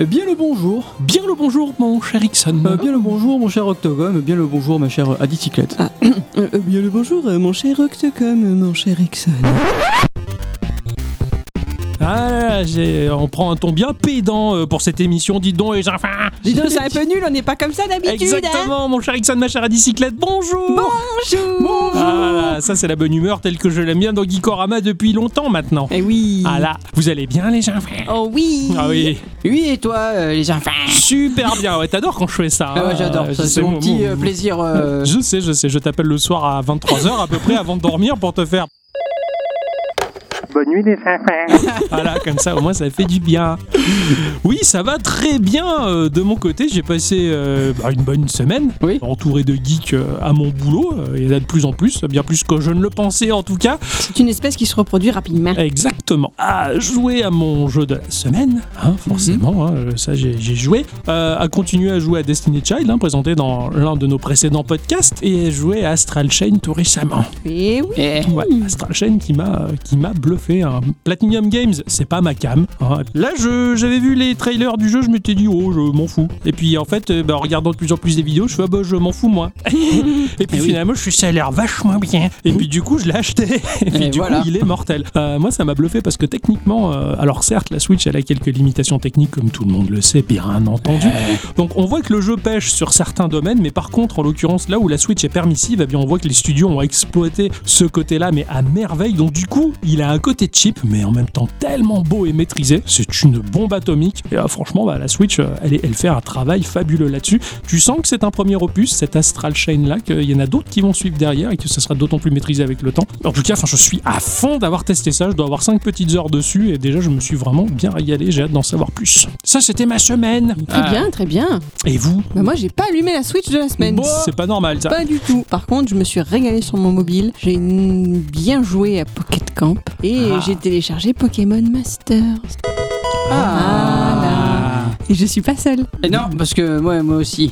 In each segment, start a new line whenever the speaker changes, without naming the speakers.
Eh Bien le bonjour,
Bien le bonjour, mon cher Ixon.
Euh, bien le bonjour mon cher Octogone, bien le bonjour ma chère Adicyclette.
Euh, euh, bien le bonjour, euh, mon cher Octocom, euh, mon cher Ixon.
Ah, là, là, j'ai- on prend un ton bien pédant euh, pour cette émission, dites donc, et j'ai- enfin.
Dis donc, c'est un peu nul, on n'est pas comme ça d'habitude. hein.
Exactement, mon cher Ixon, ma chère Adicyclette, bonjour
Bonjour.
Ah, ça c'est la bonne humeur telle que je l'aime bien dans Geekorama depuis longtemps maintenant.
Eh oui.
Ah là, vous allez bien les gens frères
Oh oui.
Ah oui,
Oui, et toi, euh, les enfants
super bien. Ouais, t'adores quand je fais ça.
Ah ouais, j'adore.
Euh,
ça,
je sais,
c'est mon petit euh,
mon-
plaisir. euh,
Je sais, je sais, je t'appelle le soir à 23h à peu près avant de dormir pour te faire.
Bonne nuit les enfants.
Voilà, comme ça au moins ça fait du bien. Oui, ça va très bien euh, de mon côté. J'ai passé euh, bah, une bonne semaine
Oui.
entouré de geeks euh, à mon boulot. Euh, Il y en a de plus en plus, bien plus que je ne le pensais en tout cas.
C'est une espèce qui se reproduit rapidement.
Exactement. À jouer à mon jeu de la semaine, hein, forcément, hein, ça j'ai j'ai joué. Euh, à continuer à jouer à Destiny Child, hein, présenté dans l'un de nos précédents podcasts, et jouer à Astral Chain tout récemment.
Eh oui.
Ouais, Astral Chain qui m'a euh, qui m'a bluffé. hein. Platinum Games, c'est pas ma cam. hein. Là, je- j'avais vu les trailers du jeu, je m'étais dit oh, je m'en fous. Et puis en fait, euh, bah, en regardant de plus en plus des vidéos, je fais ah, bah, je m'en fous moi. Et puis
Eh oui.
finalement, je suis ça a l'air vachement bien. Et puis du coup, je l'ai acheté. Et puis
Et
du
Eh voilà.
coup, il est mortel. Euh, moi, ça m'a bluffé parce que techniquement, euh, alors certes, la Switch elle a quelques limitations techniques comme tout le monde le sait, bien entendu.
Eh.
Donc on voit que le jeu pêche sur certains domaines, mais par contre, en l'occurrence, là où la Switch est permissive, eh bien on voit que les studios ont exploité ce côté-là, mais à merveille. Donc du coup, il a un côté cheap, mais en même temps tellement beau et maîtrisé. C'est une bombe atomique. Et ah, franchement, bah, la Switch, euh, elle, est- elle fait un travail fabuleux là-dessus. Tu sens que c'est un premier opus, cet Astral Chain-là, qu'il y en a d'autres qui vont suivre derrière et que ça sera d'autant plus maîtrisé avec le temps. En tout cas, enfin, je suis à fond d'avoir testé ça. Je dois avoir 5 petites heures dessus et déjà, je me suis vraiment bien régalé. J'ai hâte d'en savoir plus. Ça, c'était ma semaine.
Très
Ah,
bien, très bien.
Et vous
Bah moi, j'ai pas allumé la Switch de la semaine.
Bon, C'est pas normal ça.
Pas du tout. Par contre, je me suis régalée sur mon mobile. J'ai n- bien joué à Pocket Camp et
Ah.
j'ai téléchargé Pokémon Masters. Ah. Et je suis pas seule.
Et non, parce que moi, moi aussi,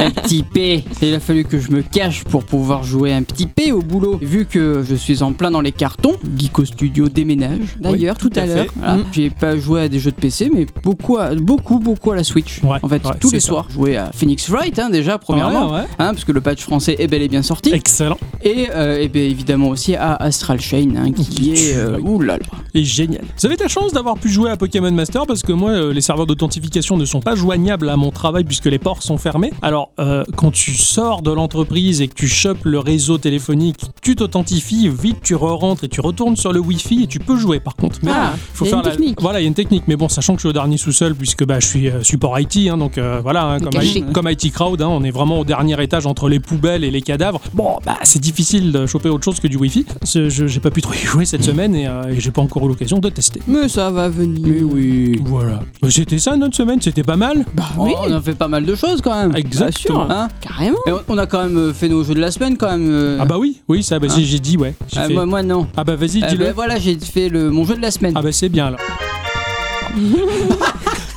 un petit P. Et il a fallu que je me cache pour pouvoir jouer un petit P au boulot. Et Vu que je suis en plein dans les cartons, Geeko Studio déménage.
D'ailleurs,
tout
tout,
à
à l'heure.
Voilà.
Mm.
J'ai pas joué à des jeux de PC, mais beaucoup, à- beaucoup, beaucoup à la Switch.
Ouais,
en fait,
ouais,
tous
c'est
les
ça.
soirs, jouer à Phoenix Wright, hein, déjà, premièrement,
Ouais, ouais.
hein, parce que le patch français est bel et bien sorti.
Excellent
Et, euh, et bien évidemment aussi à Astral Chain, hein, qui est. euh, ouh là là.
et génial. Vous avez de la chance d'avoir pu jouer à Pokémon Master parce que moi, euh, les serveurs d'authentification ne sont pas joignables à mon travail puisque les ports sont fermés. Alors, euh, quand tu sors de l'entreprise et que tu chopes le réseau téléphonique, tu t'authentifies, vite tu re-rentres et tu retournes sur le Wi-Fi et tu peux jouer par contre. Mais
Ah,
faut
il y a
faire
une
la-
technique.
Voilà, il y a une technique. Mais bon, sachant que je suis au dernier sous-sol puisque bah, je suis euh, support IT, hein, donc euh, voilà, hein, comme,
Caché.
I- comme IT Crowd, hein, on est vraiment au dernier étage entre les poubelles et les cadavres. Bon, bah, c'est difficile de choper autre chose que du Wi-Fi. Ce- je- J'ai pas pu trop y jouer cette semaine et, euh, et j'ai pas encore eu l'occasion de tester.
Mais ça va venir.
oui.
Voilà. Bah, C'était ça notre semaine, c'était pas mal.
Bah
Oh,
oui,
On a fait pas mal de choses quand même.
Exactement.
Bien sûr, hein.
carrément.
Et on- on a quand même euh, fait nos jeux de la semaine quand même. euh.
Ah bah oui, oui, ça, bah, j'ai- j'ai dit, ouais. J'ai
Ah,
fait-
moi, moi, non.
Ah bah vas-y,
Ah,
dis-le.
bah, voilà, j'ai fait le, mon jeu de la semaine.
Ah bah c'est bien là.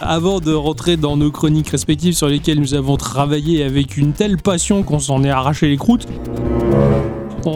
Avant de rentrer dans nos chroniques respectives sur lesquelles nous avons travaillé avec une telle passion qu'on s'en est arraché les croûtes. On-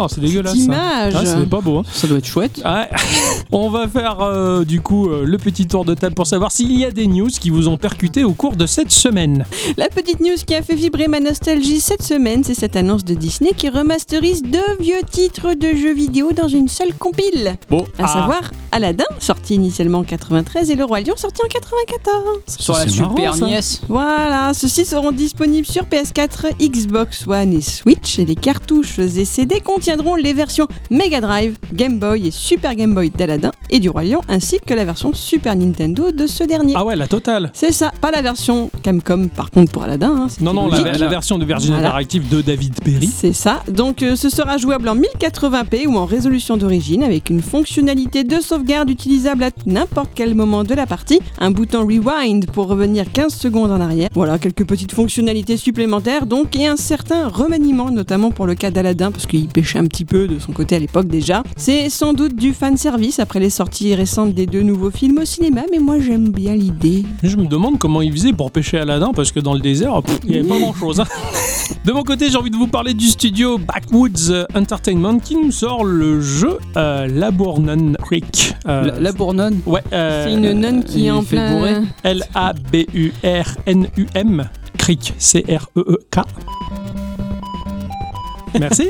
Oh, c'est dégueulasse.
Cette
ça.
image.
Ah, c'est pas beau. hein.
Ça doit être chouette.
Ouais. On va faire euh, du coup euh, le petit tour de table pour savoir s'il y a des news qui vous ont percuté au cours de cette semaine.
La petite news qui a fait vibrer ma nostalgie cette semaine, c'est cette annonce de Disney qui remasterise deux vieux titres de jeux vidéo dans une seule compile.
Bon,
À savoir Aladdin, sorti initialement en 93, et Le Roi Lion, sorti en 94.
Sur la
c'est marrant,
super E
ça.
NES.
Voilà, ceux-ci seront disponibles sur PS4, Xbox One et Switch, et les cartouches et CD contiendront les versions Mega Drive, Game Boy et Super Game Boy d'Aladdin et du Roi Lion, ainsi que la version Super Nintendo de ce dernier.
Ah ouais, la totale.
C'est ça, pas la version Camcom par contre pour Aladdin. hein, c'était
Non, non, la,
logique.
la version de Virgin
Voilà.
Interactive de David Perry.
C'est ça, donc euh, ce sera jouable en 1080p ou en résolution d'origine avec une fonctionnalité de sauvegarde utilisable à n'importe quel moment de la partie, un bouton rewind pour revenir 15 secondes en arrière, voilà quelques petites fonctionnalités supplémentaires donc et un certain remaniement notamment pour le cas d'Aladin parce qu'il pêchait un petit peu de son côté à l'époque déjà. C'est sans doute du fan service après les sorties récentes des deux nouveaux films au cinéma mais moi j'aime bien l'idée.
Je me demande comment il faisait pour pêcher Aladdin parce que dans le désert, pff, il n'y avait pas grand chose. hein. De mon côté, j'ai envie de vous parler du studio Backwoods Entertainment qui nous sort le jeu euh, Labournon Creek. Euh,
La, la Bournonne.
Ouais, euh,
C'est une nonne qui est
il
en
fait
plein.
bourrer.
L-A-B-U-R-N-U-M. Creek, C-R-E-E-K. E Merci.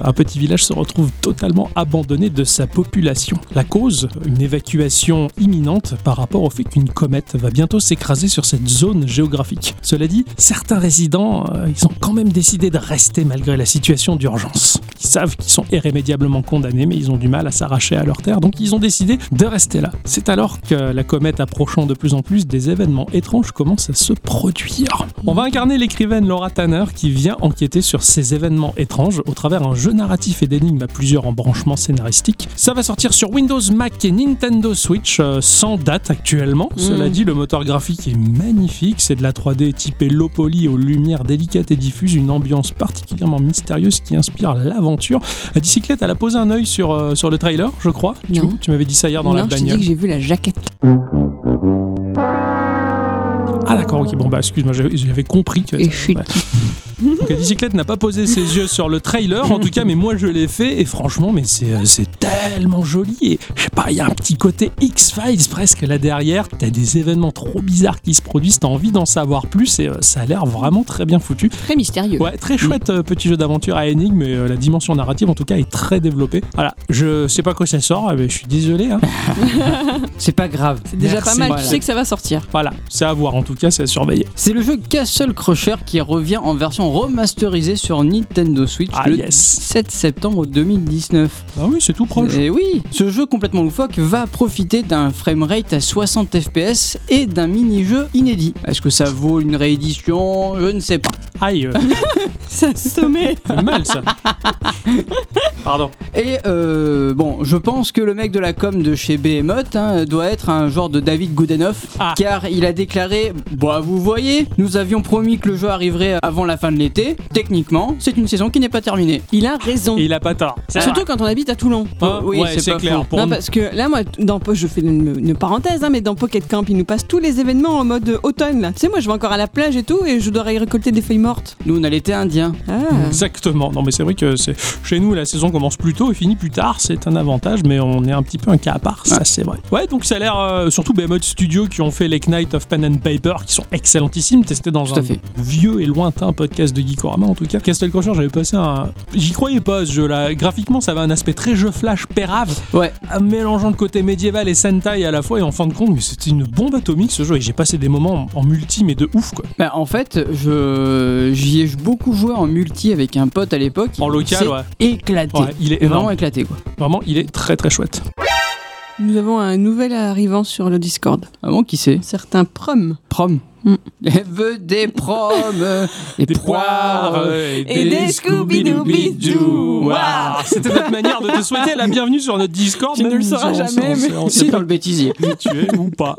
Un petit village se retrouve totalement abandonné de sa population. La cause Une évacuation imminente par rapport au fait qu'une comète va bientôt s'écraser sur cette zone géographique. Cela dit, certains résidents, euh, ils ont quand même décidé de rester malgré la situation d'urgence. Ils savent qu'ils sont irrémédiablement condamnés, mais ils ont du mal à s'arracher à leur terre, donc ils ont décidé de rester là. C'est alors que la comète approchant de plus en plus, des événements étranges commencent à se produire. On va incarner l'écrivaine Laura Tanner qui vient enquêter sur ces événements étranges au travers un jeu narratif et d'énigmes à plusieurs embranchements scénaristiques. Ça va sortir sur Windows, Mac et Nintendo Switch euh, sans date actuellement. Cela dit, le moteur graphique est magnifique. C'est de la 3D typée low poly aux lumières délicates et diffuses, une ambiance particulièrement mystérieuse qui inspire l'aventure. La bicyclette, elle a posé un œil sur, euh, sur le trailer, je crois. Tu,
Non.
tu m'avais dit ça hier dans la
Non, je t'ai
bagnole.
dit que j'ai vu la jaquette.
Ah d'accord, ok, bon bah excuse-moi, j'avais j'avais compris que...
Et chut.
Donc la bicyclette n'a pas posé ses yeux sur le trailer, en tout cas, mais moi je l'ai fait, et franchement, mais c'est euh, c'est tellement joli, et je sais pas, il y a un petit côté X-Files presque là derrière, t'as des événements trop bizarres qui se produisent, t'as envie d'en savoir plus, et euh, ça a l'air vraiment très bien foutu.
Très mystérieux.
Ouais, très chouette euh, petit jeu d'aventure à énigmes, et euh, la dimension narrative en tout cas est très développée. Voilà, je sais pas quand ça sort, mais je suis désolé, hein.
C'est pas grave.
C'est déjà
Merci.
pas mal,
Voilà.
tu sais que ça va sortir.
voilà, c'est à voir en tout cas, c'est à surveiller.
C'est le jeu Castle Crusher qui revient en version remasterisée sur Nintendo Switch
Ah
le
yes
7 septembre 2019.
Ah oui, c'est tout proche.
Et oui, ce jeu complètement loufoque va profiter d'un framerate à 60 fps et d'un mini-jeu inédit. Est-ce que ça vaut une réédition Je ne sais pas.
Aïe, euh,
Ça sommet.
c'est mal ça. Pardon.
Et euh, bon, je pense que le mec de la com de chez Behemoth hein, doit être un genre de David Goodenough,
Ah.
car il a déclaré Bah, vous voyez, nous avions promis que le jeu arriverait avant la fin de l'été. Techniquement, c'est une saison qui n'est pas terminée.
Il a raison.
Et il a pas tort. C'est
Surtout quand on habite à Toulon.
vrai. Hein
oui,
Ouais,
c'est
c'est
pas
clair.
faux.
Pour
non,
nous-
parce que là, moi, dans, je fais une, une parenthèse, hein, mais dans Pocket Camp, ils nous passent tous les événements en mode euh, automne. là. Tu sais, moi, je vais encore à la plage et tout, et je dois y récolter des feuilles mortes.
Nous, on a l'été indien.
Ah.
Mm. Exactement. Non, mais c'est vrai que c'est chez nous la saison commence plus tôt et finit plus tard. C'est un avantage, mais on est un petit peu un cas à part. Ça, c'est vrai. Ouais, donc ça a l'air euh, surtout Behemoth Studio qui ont fait les Knight of Pen and Paper, qui sont excellentissimes, testés dans
Tout
un
à fait.
vieux et lointain podcast de Geekorama en tout cas. Castle Crusher, j'avais passé un. J'y croyais pas ce jeu-là. Graphiquement, ça avait un aspect très jeu flash pérave,
Ouais,
en mélangeant le côté médiéval et Sentai à la fois. Et en fin de compte, mais c'était une bombe atomique ce jeu. Et j'ai passé des moments en multi, mais de ouf quoi.
bah en fait, je j'y ai beaucoup joué en multi avec un pote à l'époque.
En local,
C'est
ouais.
Éclaté.
Ouais, il est
Vraiment
énorme.
éclaté quoi.
Vraiment, il est très très chouette.
Nous avons un nouvel arrivant sur le Discord.
Ah bon, qui c'est
Un certain Prom.
Prom.
Mm.
Elle veut des proms, euh, des, poires. euh.
et des Scooby-Dooby-Doo. Waouh.
C'était notre manière de te souhaiter la bienvenue sur notre Discord.
Tu ne
même
le sauras
si euh, on-
jamais,
on-
mais-
on- on-
C'est dans le bêtisier.
tu es ou pas.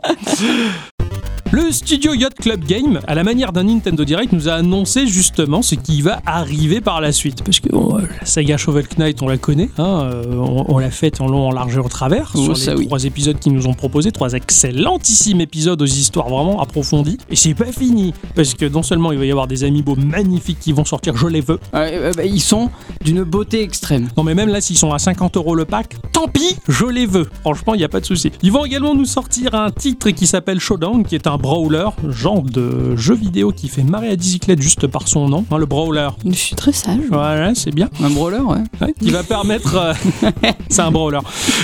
Le studio Yacht Club Game, à la manière d'un Nintendo Direct, nous a annoncé justement ce qui va arriver par la suite. Parce que bon, euh, la saga Shovel Knight, on la connaît, hein, euh, on, on l'a faite en long, en large et en travers.
Oh,
sur
ça
les
oui.
trois épisodes qu'ils nous ont proposés, trois excellentissimes épisodes aux histoires vraiment approfondies. Et c'est pas fini, parce que non seulement il va y avoir des amiibo magnifiques qui vont sortir, je les veux,
Ouais, euh, bah, ils sont d'une beauté extrême.
non mais même là, s'ils sont à 50 euros le pack, tant pis, je les veux. Franchement, il n'y a pas de souci. Ils vont également nous sortir un titre qui s'appelle Showdown, qui est un brawler, genre de jeu vidéo qui fait marrer à bicyclette juste par son nom, hein, le brawler.
Je suis très sage.
Voilà, c'est bien.
Un brawler, ouais.
Ouais, qui va permettre, euh, c'est un brawler,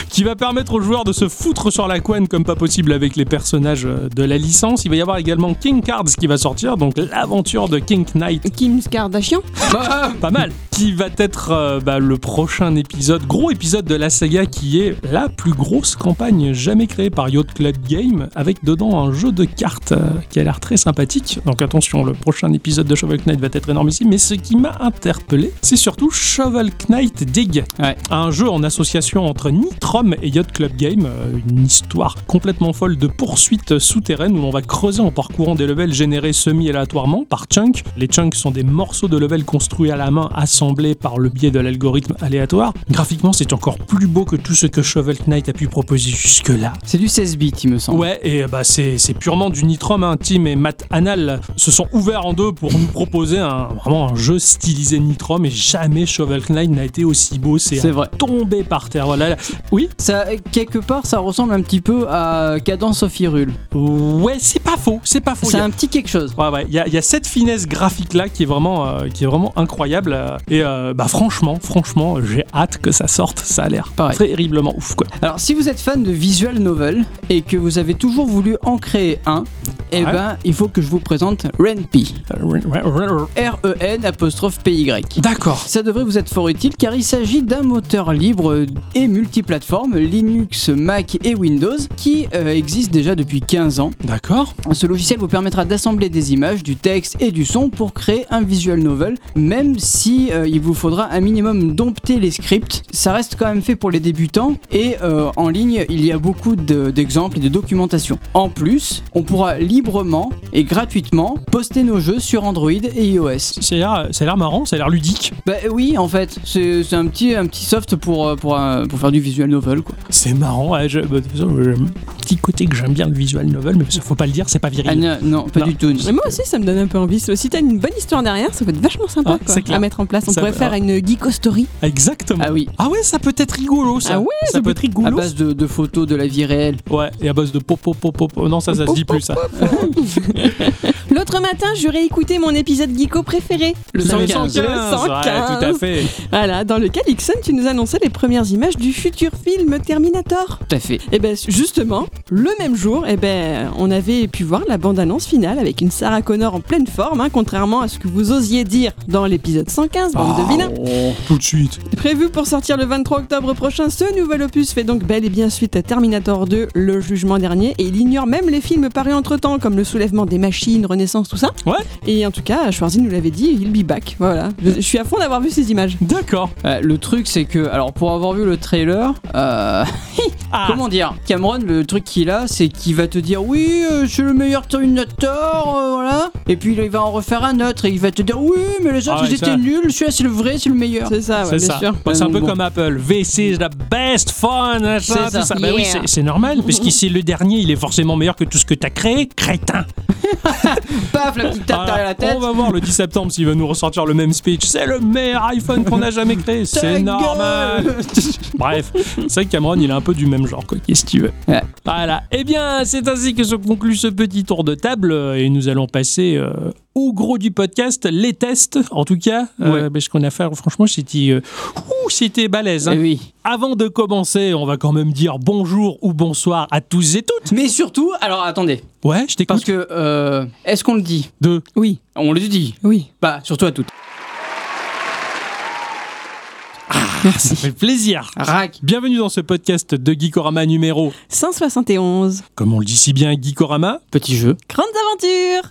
qui va permettre aux joueurs de se foutre sur la couenne comme pas possible avec les personnages euh, de la licence. Il va y avoir également King Cards qui va sortir, donc l'aventure de King Knight
Kim Kardashian
Bah,
pas mal, qui va être euh, bah, le prochain épisode, gros épisode de la saga qui est la plus grosse campagne jamais créée par Yacht Club Game, avec dedans un jeu de cartes euh, qui a l'air très sympathique. Donc attention, le prochain épisode de Shovel Knight va être énorme ici, mais ce qui m'a interpellé, c'est surtout Shovel Knight Dig,
Ouais.
un jeu en association entre Nitrom et Yacht Club Game, euh, une histoire complètement folle de poursuites souterraines où on va creuser en parcourant des levels générés semi-aléatoirement par chunks. Les chunks sont des morceaux de levels construits à la main, assemblés par le biais de l'algorithme aléatoire. Graphiquement, c'est encore plus beau que tout ce que Shovel Knight a pu proposer jusque-là.
c'est du 16 bits, il me semble.
Ouais, et bah c'est c'est purement du Nitrom, hein, Tim et Matt Anal, se sont ouverts en deux pour nous proposer un, vraiment un jeu stylisé Nitrom et jamais Shovel Knight n'a été aussi beau.
C'est
C'est
vrai.
tombé par terre. Voilà. Oui,
Ça, quelque part, ça ressemble un petit peu à Cadence of Hyrule.
ouais, c'est pas faux. C'est pas faux.
C'est
Il y a-
un petit quelque chose.
Ouais, ouais, il y, a- il y a cette finesse graphique là qui est vraiment, euh, qui est vraiment incroyable. euh, et euh, bah franchement, franchement, j'ai hâte que ça sorte. Ça a l'air
Pareil.
terriblement ouf quoi.
Alors, si vous êtes fan de visual novel et que vous avez toujours voulu en créer un, eh
Ouais.
ben, il faut que je vous présente Renpy.
Euh, ouais, ouais, ouais, ouais.
R-E-N E apostrophe PY.
D'accord.
Ça devrait vous être fort utile car il s'agit d'un moteur libre et multiplateforme Linux, Mac et Windows qui euh, existe déjà depuis 15 ans.
D'accord.
Ce logiciel vous permettra d'assembler des images, du texte et du son pour créer un visual novel, même si euh, il vous faudra un minimum dompter les scripts. Ça reste quand même fait pour les débutants et euh, en ligne il y a beaucoup de- d'exemples et de documentation. En plus, on pourra librement et gratuitement poster nos jeux sur Android et iOS.
Ça a l'air- ça a l'air marrant, ça a l'air ludique.
Bah oui, en fait, c'est c'est un petit, un petit soft pour, euh, pour, euh, pour faire du visual novel quoi.
C'est marrant. ouais, je- bah, de toute façon, j'ai un petit côté que j'aime bien le visual novel, mais ça, faut pas le dire, c'est pas viril.
Ah non, non, pas
Non.
du tout.
Mais moi aussi, ça me donne un peu envie. Si t'as une bonne histoire derrière, ça peut être vachement sympa
Ah,
quoi,
c'est clair.
à mettre en place. On
Ça
pourrait
va.
faire une geeko story.
Exactement.
Ah oui,
Ah ouais, ça peut être rigolo ça.
Ah ouais,
ça, peut être
à
rigolo.
base de, de photos de la vie réelle.
Ouais, et à base de pop pop pop pop. Non, ça ça se dit plus ça.
L'autre matin, j'aurais écouté mon épisode geeko préféré.
Le
Sur
115.
ouais, tout à fait.
Voilà, dans lequel Ixon, tu nous annonçais les premières images du futur film Terminator.
Tout à fait.
Et ben justement, le même jour, et ben on avait pu voir la bande-annonce finale avec une Sarah Connor en pleine forme, hein, contrairement à ce que vous osiez dire dans l'épisode 115, bande
Ah,
de
oh.
vilains.
Tout de suite.
Prévu pour sortir le 23 octobre prochain, ce nouvel opus fait donc bel et bien suite à Terminator 2, le jugement dernier, et il ignore même les films parus entre-temps, comme le soulèvement des machines, Renaissance, tout ça.
Ouais.
Et en tout cas, Schwarzy nous l'avait dit, il be back, voilà. Je, je suis à fond d'avoir vu ces images.
D'accord.
Euh, le truc, c'est que, alors pour avoir vu le trailer, euh,
Ah.
comment dire, Cameron, le truc qu'il a, c'est qu'il va te dire oui, euh, c'est le meilleur Terminator, euh, voilà. Et puis il va en refaire un autre et il va te dire oui, mais les autres
Ah ouais,
ils
ça.
étaient nuls, celui-là c'est le vrai, c'est le meilleur.
C'est ça, ouais,
C'est
bien
ça.
sûr.
Bah, c'est un
Euh,
peu
bon.
comme Apple. This is the best fun. hein,
C'est
ça,
ça.
tout ça. Bah oui,
Yeah.
c'est- c'est normal, puisque c'est le dernier, il est forcément meilleur que tout ce que t'as créé, crétin.
Paf, la petite tape
Voilà.
derrière la tête.
Ah, On va voir le 10 septembre s'il va nous ressortir le même speech. C'est le meilleur iPhone qu'on a jamais créé.
Ta
C'est
gueule.
normal. Bref, c'est vrai que Cameron, il est un peu du même genre, quoi. Qu'est-ce que tu veux
Ouais.
Voilà. Eh bien, c'est ainsi que se conclut ce petit tour de table euh, et nous allons passer. euh, au gros du podcast, les tests, en tout cas, euh, parce qu'on a fait, franchement, c'était, euh, ouh, c'était balèze. hein.
Eh oui.
Avant de commencer, on va quand même dire bonjour ou bonsoir à tous et toutes.
Mais surtout, alors attendez,
Ouais, je
parce
t'écoute.
que euh, est-ce qu'on le dit
Deux.
Oui,
On le dit.
oui.
Bah, surtout à toutes.
Ah, Ça fait plaisir.
Rack.
Bienvenue dans ce podcast de Geekorama numéro,
171.
comme on le dit si bien, Geekorama.
Petit jeu.
Grandes aventures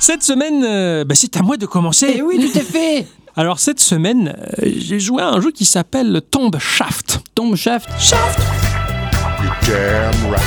Cette semaine, euh, bah, c'est à moi de commencer.
Eh oui, tout est fait
Alors cette semaine, euh, j'ai joué à un jeu qui s'appelle Tombe Shaft.
Tombe shaft.
Damn right.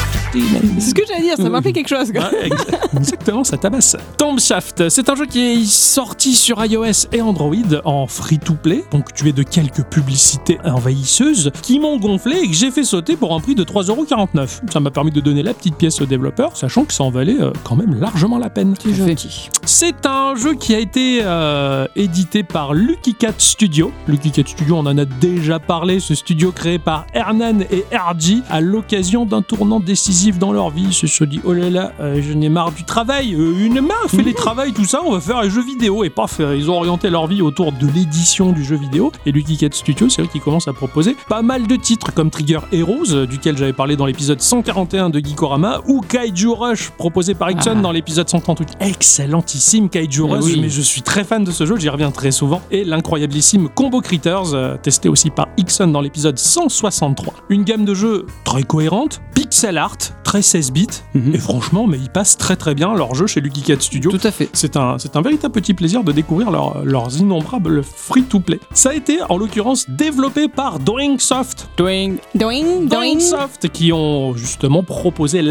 C'est ce que j'allais dire, ça m'a rappelé quelque chose. quoi.
Mmh. Ouais, ex- Exactement, ça tabasse. Tomb Shaft, c'est un jeu qui est sorti sur iOS et Android en free-to-play, ponctué de quelques publicités envahisseuses qui m'ont gonflé et que j'ai fait sauter pour un prix de 3,49€. Ça m'a permis de donner la petite pièce au développeur, sachant que ça en valait euh, quand même largement la peine.
Tout gentil.
C'est un jeu qui a été euh, édité par Lucky Cat Studio. Lucky Cat Studio, on en a déjà parlé, ce studio créé par Hernan et RG à l'occasion d'un tournant décisif dans leur vie. Ils se sont dit, oh là là, euh, je n'ai marre du travail, euh, une marre, fait les travails, tout ça, on va faire un jeu vidéo. Et paf, euh, ils ont orienté leur vie autour de l'édition du jeu vidéo. Et Lucky Cat Studio, c'est eux qui commencent à proposer pas mal de titres comme Trigger Heroes, euh, duquel j'avais parlé dans l'épisode 141 de Geekorama, ou Kaiju Rush, proposé par Ixon
Ah.
dans l'épisode 138. Excellentissime Kaiju
Eh
Rush,
oui.
mais je suis très fan de ce jeu, j'y reviens très souvent. Et l'incroyablissime Combo Critters, euh, testé aussi par Ixon dans l'épisode 163. Une gamme de jeux très cohérente, pixel art, très 16 bits,
Mhm.
et franchement, mais ils passent très très bien leur jeu chez Lucky Cat Studio.
Tout à fait.
C'est un, c'est un véritable petit plaisir de découvrir leurs- leurs innombrables free-to-play. Ça a été en l'occurrence développé par Doingsoft,
Doing.
Doing,
Soft qui ont justement proposé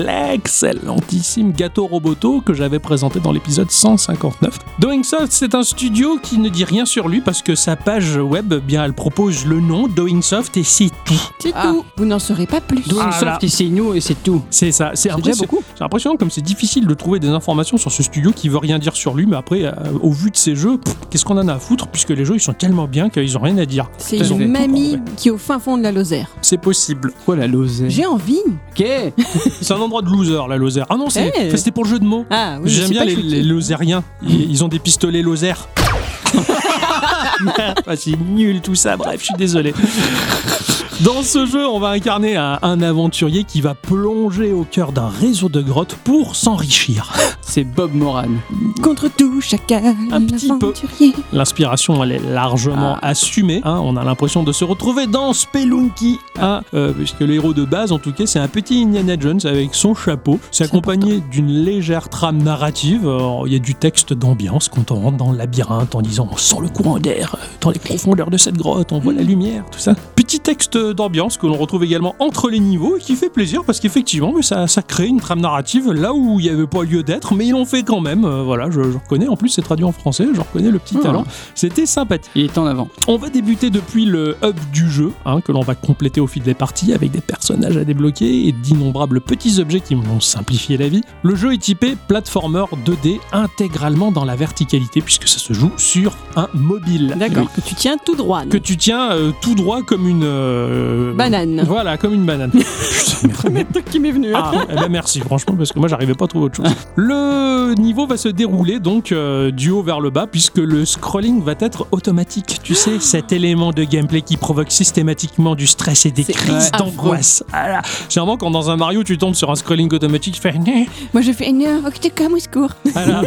l'excellentissime gâteau roboto que j'avais présenté dans l'épisode 159. Doing Soft, c'est un studio qui ne dit rien sur lui parce que sa page web, eh bien, elle propose le nom Doing Soft et c'est tout.
C'est
Ah.
tout. Vous n'en saurez pas plus.
Doing
Ah là.
soft et c'est nous et c'est tout.
C'est ça, c'est
déjà
impressionnant.
beaucoup.
C'est impressionnant comme c'est difficile de trouver des informations sur ce studio qui veut rien dire sur lui, mais après, euh, au vu de ces jeux, pff, qu'est-ce qu'on en a à foutre puisque les jeux ils sont tellement bien qu'ils ont rien à dire.
C'est
Ils ont
une
tout
mamie
trouvé.
qui est au fin fond de la Lozère.
C'est possible.
Quoi la losée
J'ai envie.
Ok
C'est un endroit de loser, la Lozère. Ah non, c'est-
Eh.
enfin, c'était pour le jeu de mots.
Ah oui,
J'aime
c'est
bien
pas
les,
critique.
les Lozériens. Ils, ils ont des pistolets Lozère. Ah, c'est nul tout ça, bref, je suis désolé. Dans ce jeu, on va incarner un, un aventurier qui va plonger au cœur d'un réseau de grottes pour s'enrichir.
C'est Bob Moran.
Contre tout chacun.
Un petit peu. L'inspiration, elle est largement assumée. hein. on a l'impression de se retrouver dans Spelunky, hein, euh, puisque le héros de base, en tout cas, c'est un petit Indiana Jones avec son chapeau. C'est accompagné d'une légère trame narrative. Alors, Il y a du texte d'ambiance quand on rentre dans le labyrinthe en disant on sent le courant d'air euh, dans les profondeurs de cette grotte, on voit la lumière, tout ça. Petit texte d'ambiance que l'on retrouve également entre les niveaux et qui fait plaisir parce qu'effectivement, ça, ça crée une trame narrative là où il n'y avait pas lieu d'être, mais ils l'ont fait quand même. Euh, voilà, je, je reconnais. En plus, c'est traduit en français, je reconnais le petit
Ah.
talent. C'était sympathique.
Il est en avant.
On va débuter depuis le hub du jeu, hein, que l'on va compléter au fil des parties avec des personnages à débloquer et d'innombrables petits objets qui vont simplifier la vie. Le jeu est typé platformer 2D intégralement dans la verticalité puisque ça se joue sur un mobile.
D'accord. Que tu tiens tout droit. non
Que tu tiens euh, tout droit comme une... euh,
Banane.
Voilà, comme une banane. Putain, merde.
Le truc qui m'est venu. hein.
Ah, eh ben merci, franchement, parce que moi j'arrivais pas à trouver autre chose. Le niveau va se dérouler donc euh, du haut vers le bas, puisque le scrolling va être automatique. Tu
Ah.
sais, cet élément de gameplay qui provoque systématiquement du stress et des
C'est
crises
affreux.
d'angoisse. Ah là, Généralement, quand dans un Mario tu tombes sur un scrolling automatique, tu fais. Né
Ah. Moi, je fais une heure. Ok, t'es comme au secours.
Ah là.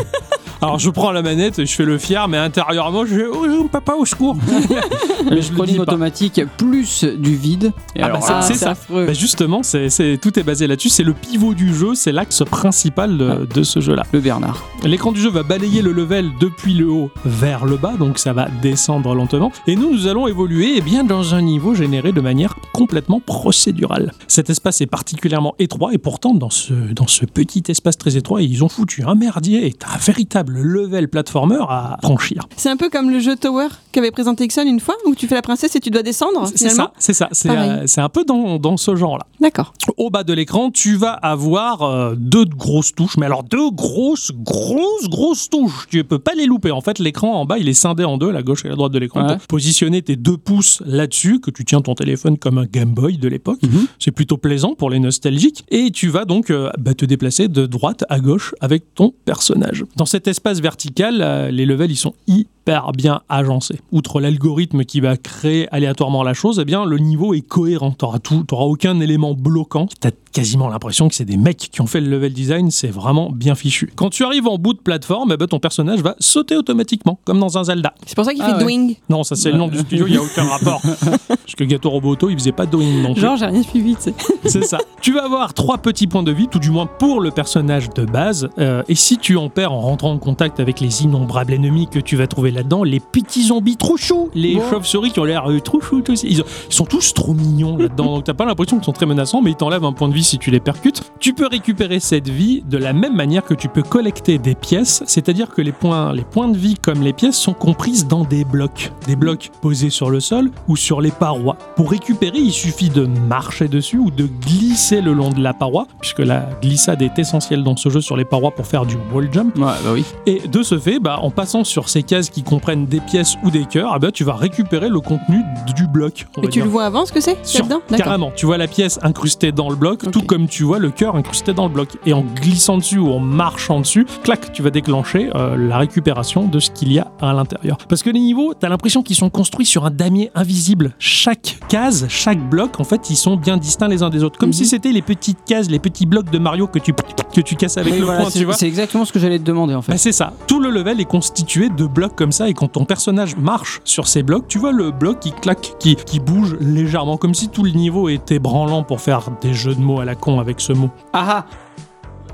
Alors je prends la manette, et je fais le fier, mais intérieurement je fais oh, oh, papa au secours. Mais
Le
je le dis
scrolling
pas.
automatique plus du vide. Et
Ah
alors
bah,
là,
Ah, c'est ça.
affreux.
Bah, justement, c'est c'est- tout est basé là-dessus. C'est le pivot du jeu, c'est l'axe principal de- de ce jeu-là.
le Bernard.
L'écran du jeu va balayer le level depuis le haut vers le bas, donc ça va descendre lentement. Et nous, nous allons évoluer eh bien, dans un niveau généré de manière complètement procédurale. Cet espace est particulièrement étroit, et pourtant, dans ce, dans ce petit espace très étroit, ils ont foutu un merdier et un véritable level platformer à franchir.
C'est un peu comme le jeu Tower qu'avait présenté Ixon une fois, où tu fais la princesse et tu dois descendre
C'est
Oh, finalement.
ça, c'est ça, c'est
Pareil.
euh, c'est un peu dans, dans ce genre-là.
D'accord.
Au bas de l'écran, tu vas avoir euh, deux grosses touches, mais alors deux grosses, grosses, grosses touches. Tu ne peux pas les louper. En fait, l'écran en bas, il est scindé en deux, la gauche et la droite de l'écran,
Ouais.
pour positionner tes deux pouces là-dessus, que tu tiens ton téléphone comme un Game Boy de l'époque.
Mhm.
C'est plutôt plaisant pour les nostalgiques. Et tu vas donc euh, bah, te déplacer de droite à gauche avec ton personnage. Dans cet espace vertical, euh, les levels, ils sont hyper bien agencés. Outre l'algorithme qui va créer aléatoirement la chose, eh bien, le niveau est cohérent. T'auras tout, t'auras aucun élément bloquant. T'as quasiment l'impression que c'est des mecs qui ont fait le level design. C'est vraiment bien fichu. Quand tu arrives en bout de plateforme, eh ben, ton personnage va sauter automatiquement, comme dans un Zelda.
C'est pour ça qu'il
Ah
fait
ouais.
doing.
Non, ça c'est le nom du studio, il n'y a aucun rapport. Parce que Gato Roboto, il faisait pas de doing non plus.
Genre, j'ai rien suivi, tu sais.
C'est ça. Tu vas avoir trois petits points de vie, tout du moins pour le personnage de base. Euh, et si tu en perds en rentrant en contact avec les innombrables ennemis que tu vas trouver là-dedans, les petits zombies trop choux, les
Bon.
chauves-souris qui ont l'air euh, trop choux, tous, ils, ont- ils sont tous trop mignons là-dedans. Donc t'as pas l'impression qu'ils sont très menaçants, mais ils t'enlèvent un point de vie si tu les percutes. Tu peux récupérer cette vie de la même manière que tu peux collecter des pièces, c'est-à-dire que les points, les points de vie comme les pièces sont comprises dans des blocs. Des blocs posés sur le sol ou sur les parois. Pour récupérer, il suffit de marcher dessus ou de glisser le long de la paroi, puisque la glissade est essentielle dans ce jeu sur les parois pour faire du wall jump.
Ouais, bah oui.
Et de ce fait, bah, en passant sur ces cases qui comprennent des pièces ou des cœurs, ah bah, tu vas récupérer le contenu du bloc. on
Mais
va
tu
dire.
le vois avant ce que c'est
Sur-
là-dedans D'accord.
Carrément, tu vois la pièce incrustée dans le bloc, tout
Ok.
comme tu vois le cœur incrusté dans le bloc. Et en glissant dessus ou en marchant dessus, clac, tu vas déclencher euh, la récupération de ce qu'il y a à l'intérieur. Parce que les niveaux, t'as l'impression qu'ils sont construits sur un damier invisible. Chaque case, chaque bloc, en fait, ils sont bien distincts les uns des autres. Comme
Mhm.
si c'était les petites cases, les petits blocs de Mario que tu, que tu casses avec
Oui,
le
voilà,
poing, tu
c'est
vois.
c'est exactement ce que j'allais te demander en
Bah,
fait.
c'est ça. Tout le level est constitué de blocs comme ça et quand ton personnage marche sur ces blocs, tu vois le bloc qui claque, qui, qui bouge légèrement, comme si tout le niveau était branlant pour faire des jeux de mots à la con avec ce mot.
Ah ah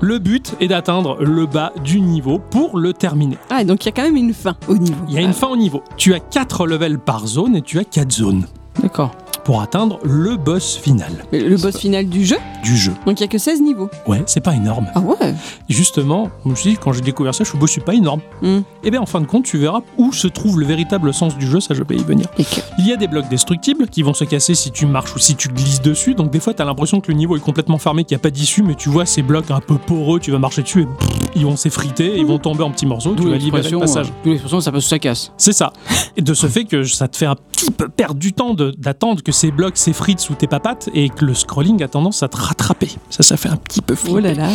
Le but est d'atteindre le bas du niveau pour le terminer.
Ah, donc il y a quand même une fin au niveau.
Il y a une fin au niveau. Tu as 4 levels par zone et tu as 4 zones.
D'accord.
pour atteindre le boss final
Mais Ah, Le boss final du jeu,
du jeu.
donc il n'y a que 16 niveaux.
Ouais, c'est pas énorme.
Ah ouais
Et justement, je me suis dit, quand j'ai découvert ça, je suis beau, c'est pas énorme.
Hmm.
Et bien, en fin de compte, tu verras où se trouve le véritable sens du jeu, ça je vais y venir.
Et que-
Il y a des blocs destructibles qui vont se casser si tu marches ou si tu glisses dessus, donc des fois t'as l'impression que le niveau est complètement fermé, qu'il n'y a pas d'issue, mais tu vois ces blocs un peu poreux, tu vas marcher dessus et pff, ils vont s'effriter, et ils vont tomber en petits morceaux, tu
D'où
vas libérer le
l'expression,
passage.
euh, d'où l'expression, ça passe ou ça casse.
C'est ça. Et de ce fait que ça te fait un petit peu perdre du temps de- d'attendre que ces blocs s'effritent sous tes papates et que le scrolling a tendance à te rattraper. Ça, ça fait un petit peu flipper.
Oh là là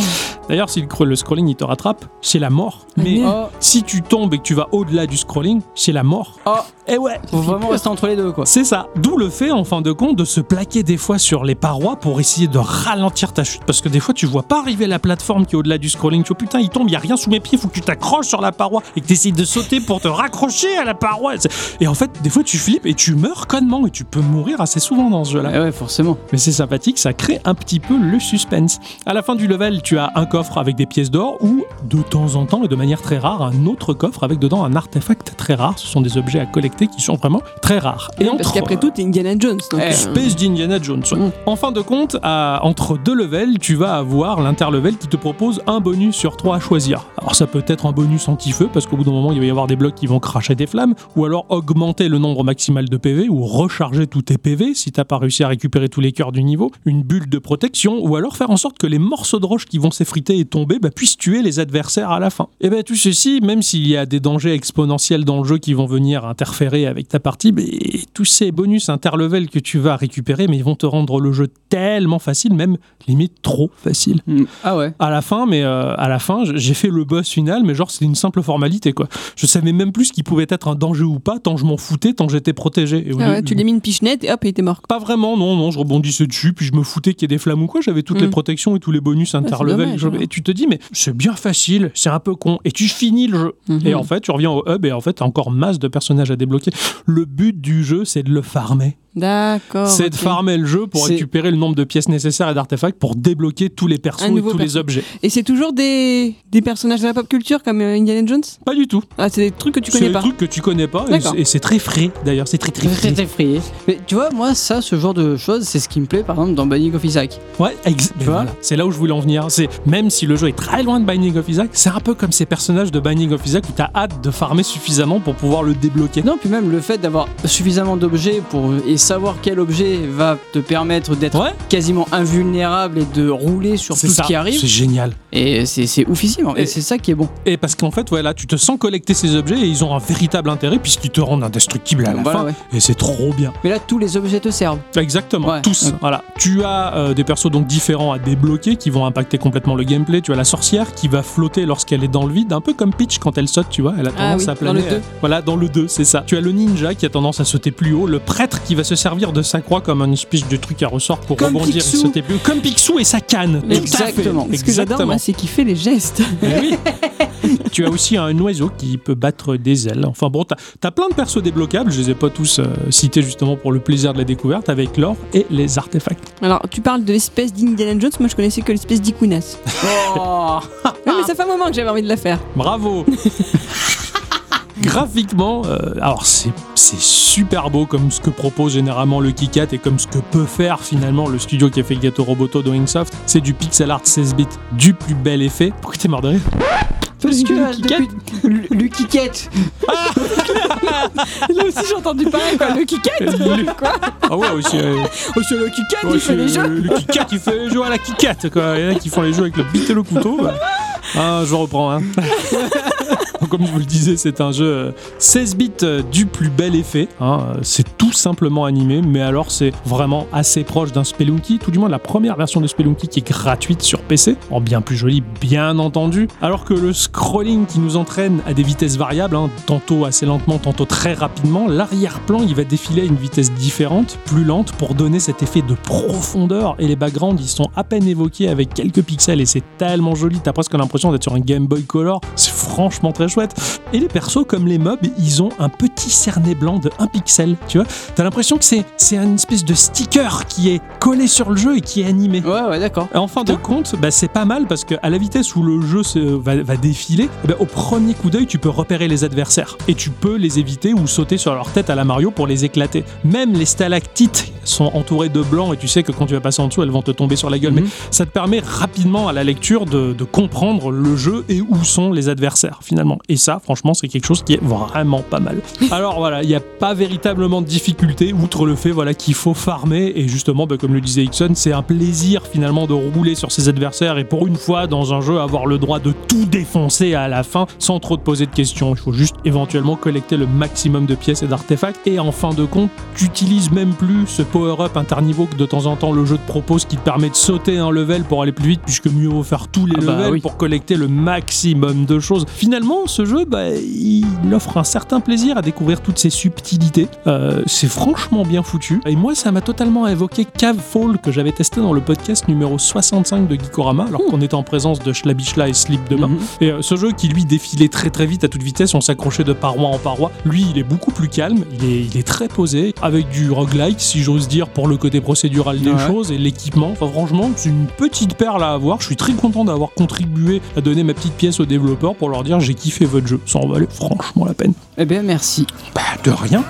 D'ailleurs, si le, cro- le scrolling il te rattrape, c'est la mort.
Ah
Mais
merde.
Oh,
si tu tombes et que tu vas au-delà du scrolling, c'est la mort.
oh,
Eh ouais
faut vraiment rester entre les deux, quoi.
c'est ça, d'où le fait en fin de compte de se plaquer des fois sur les parois pour essayer de ralentir ta chute parce que des fois tu vois pas arriver la plateforme qui est au-delà du scrolling, tu vois putain il tombe, il y a rien sous mes pieds, faut que tu t'accroches sur la paroi et que tu essayes de sauter pour te raccrocher à la paroi. C'est- Et en fait des fois tu flippes et tu meurs connement et tu peux mourir assez souvent dans ce jeu là.
Eh ouais, forcément.
Mais c'est sympathique, ça crée un petit peu le suspense. À la fin du level, tu as un coffre avec des pièces d'or ou, de temps en temps et de manière très rare, un autre coffre avec dedans un artefact très rare. Ce sont des objets à collecter qui sont vraiment très rares. Et euh,
Parce
entre
qu'après tout, t'es Indiana Jones. donc,
Eh,
euh,
Space d'Indiana Jones. ouais.
Mm.
En fin de compte, à- entre deux levels, tu vas avoir l'interlevel qui te propose un bonus sur trois à choisir. Alors ça peut être un bonus anti-feu, parce qu'au bout d'un moment, il va y avoir des blocs qui vont cracher des flammes, ou alors augmenter le nombre maximal de PV, ou recharger tous tes PV si t'as pas réussi à récupérer tous les cœurs du niveau, une bulle de protection, ou alors faire en sorte que les morceaux de roche qui vont s'effriter et tomber bah, puissent tuer les adversaires à la fin. Et bien tout ceci, même s'il y a des dangers exponentiels dans le jeu qui vont venir interférer avec ta partie, bah, tous ces bonus interlevel que tu vas récupérer, mais ils vont te rendre le jeu tellement facile, même limite trop facile.
Hmm. Ah ouais.
À la fin, mais euh, à la fin, j- j'ai fait le boss final, mais genre c'est une simple formalité quoi. Je savais même plus ce qui pouvait être un danger ou pas, tant je m'en foutais, tant j'étais protégé. Et au
ah
lieu-
ouais, tu l'as mis une pichenette et hop, il était mort.
pas vraiment, non, non, je rebondissais dessus, puis je me foutais qu'il y ait des flammes ou quoi, j'avais toutes
Mm.
les protections et tous les bonus interlevel.
dommage, hein.
Je- et tu te dis, mais c'est bien facile, c'est un peu con, et tu finis le jeu.
Mhm.
Et en fait, tu reviens au hub, et en fait, t'as encore masse de personnages à débloquer. Le but du jeu, c'est de le farmer.
D'accord.
c'est de
Oh, ok.
farmer le jeu pour
C'est-
récupérer le nombre de pièces nécessaires et d'artefacts pour débloquer tous les persos
Un
et tous
nouveau
les
perso.
objets.
Et c'est toujours des... des personnages de la pop culture comme euh, Indiana Jones
Pas du tout.
Ah, c'est des trucs que tu
C'est
connais
des
pas.
trucs que tu connais pas, et
D'accord.
c'est- et c'est très frais d'ailleurs, c'est très très frais.
Très effrayé. Mais tu vois, moi, ça, ce genre de choses, c'est ce qui me plaît, par exemple, dans Banning of Isaac.
Ouais, ex- mais
vois
voilà. C'est là où je voulais en venir. C'est même si le jeu est très loin de Binding of Isaac, c'est un peu comme ces personnages de Binding of Isaac où t'as hâte de farmer suffisamment pour pouvoir le débloquer.
Non, puis même le fait d'avoir suffisamment d'objets pour et savoir quel objet va te permettre d'être
Ouais.
quasiment invulnérable et de rouler sur tout
C'est ça.
ce qui arrive.
C'est génial.
Et c'est c'est oufissime. Et,
Et-
c'est ça qui est bon.
Et parce qu'en fait, voilà, tu te sens collecter ces objets et ils ont un véritable intérêt puisqu'ils te rendent indestructible à la
Voilà,
fin.
ouais.
Et c'est trop bien.
Mais là, tous les objets te servent.
Bah, Exactement,
Ouais.
tous.
Ouais.
Voilà. Tu as euh, des persos donc différents à débloquer qui vont impacter complètement le gameplay. Tu as la sorcière qui va flotter lorsqu'elle est dans le vide, un peu comme Peach quand elle saute, tu vois, elle a
Ah
tendance
oui,
à
dans le
planer.
deux.
euh, Voilà, dans le 2, c'est ça. Tu as le ninja qui a tendance à sauter plus haut, le prêtre qui va se servir de sa croix comme un espèce de truc à ressort pour
Comme
rebondir
Picsou.
et sauter plus haut, comme Picsou et sa canne. Tout à fait.
Exactement.
Ce que j'adore, moi,
Exactement.
c'est qu'il fait les gestes.
Eh oui. tu as aussi un oiseau qui peut battre des ailes. Enfin bon, t'as as plein de persos débloquables. Je les ai pas tous euh, cités justement pour le plaisir de la découverte avec l'or et les artefacts.
Alors, tu parles de l'espèce d'Indiana Jones, moi je connaissais que l'espèce d'Ikunas.
Oh
Oui, mais ça fait un moment que j'avais envie de la faire.
Bravo Graphiquement, euh, alors c'est c'est super beau comme ce que propose généralement le KitKat et comme ce que peut faire finalement le studio qui a fait Gato Roboto de Wingsoft. C'est du pixel art 16 bits, du plus bel effet. Pourquoi t'es mort de rire
Parce que
Lucky Cat.
depuis- Lu- Lucky Cat.
Ah Là aussi, j'ai entendu parler, quoi. Le kick
Quoi Ah ouais, aussi.
Oh, c'est le kick
Ouais, c'est Le Kit-Kat qui fait les jeux à la Kit-Kat, quoi. Il y en a qui font les jeux avec le bit et le couteau. bah. Ah, je reprends. hein. Donc, Comme je vous le disais, c'est un jeu euh, 16 bits euh, du plus bel effet. hein. Euh, C'est tout simplement animé, mais alors c'est vraiment assez proche d'un Spelunky, tout du moins la première version de Spelunky qui est gratuite sur PC, en bien plus joli, bien entendu. Alors que le scrolling qui nous entraîne à des vitesses variables, hein, tantôt assez lentement, tantôt très rapidement, l'arrière-plan il va défiler à une vitesse différente, plus lente, pour donner cet effet de profondeur. Et les backgrounds ils sont à peine évoqués avec quelques pixels et c'est tellement joli, t'as presque l'impression d'être sur un Game Boy Color. C'est franchement très chouette. Et les persos, comme les mobs, ils ont un petit cernet blanc de 1 pixel, tu vois. T'as l'impression que c'est c'est une espèce de sticker qui est collé sur le jeu et qui est animé.
Ouais, ouais, d'accord.
Et En fin de compte, bah, c'est pas mal parce que à la vitesse où le jeu se- va, va défiler, eh ben, au premier coup d'œil, tu peux repérer les adversaires et tu peux les éviter ou sauter sur leur tête à la Mario pour les éclater. Même les stalactites sont entourées de blanc et tu sais que quand tu vas passer en dessous, elles vont te tomber sur la gueule.
Mhm.
Mais ça te permet rapidement à la lecture de, de comprendre le jeu et où sont les adversaires finalement. Et ça, franchement, c'est quelque chose qui est vraiment pas mal. Alors voilà, il n'y a pas véritablement de difficulté, outre le fait voilà, qu'il faut farmer. Et justement, bah, comme le disait Ixon, c'est un plaisir finalement de rouler sur ses adversaires et pour une fois dans un jeu avoir le droit de tout défoncer à la fin sans trop te poser de questions. Il faut juste éventuellement collecter le maximum de pièces et d'artefacts. Et en fin de compte, tu utilises même plus ce power-up interniveau que de temps en temps le jeu te propose qui te permet de sauter un level pour aller plus vite puisque mieux vaut faire tous les
Ah bah
levels
oui.
pour collecter le maximum de choses. Finalement, ce jeu, bah, il offre un certain plaisir à découvrir toutes ces subtilités. Euh, c'est franchement bien foutu. Et moi, ça m'a totalement évoqué Cave Fall que j'avais testé dans le podcast numéro 65 de Geekorama, alors qu'on était en présence de Schlabischla et Slip demain.
Mhm.
Et euh, ce jeu qui lui défilait très très vite à toute vitesse, on s'accrochait de paroi en paroi. Lui, il est beaucoup plus calme, il est, il est très posé, avec du roguelike, si j'ose dire, pour le côté procédural des
Ouais.
choses et l'équipement. Enfin, franchement, c'est une petite perle à avoir. Je suis très content d'avoir contribué à donner ma petite pièce aux développeurs pour leur dire j'ai kiffé votre jeu. Ça en valait franchement la peine.
Eh bien, merci.
Bah, de rien.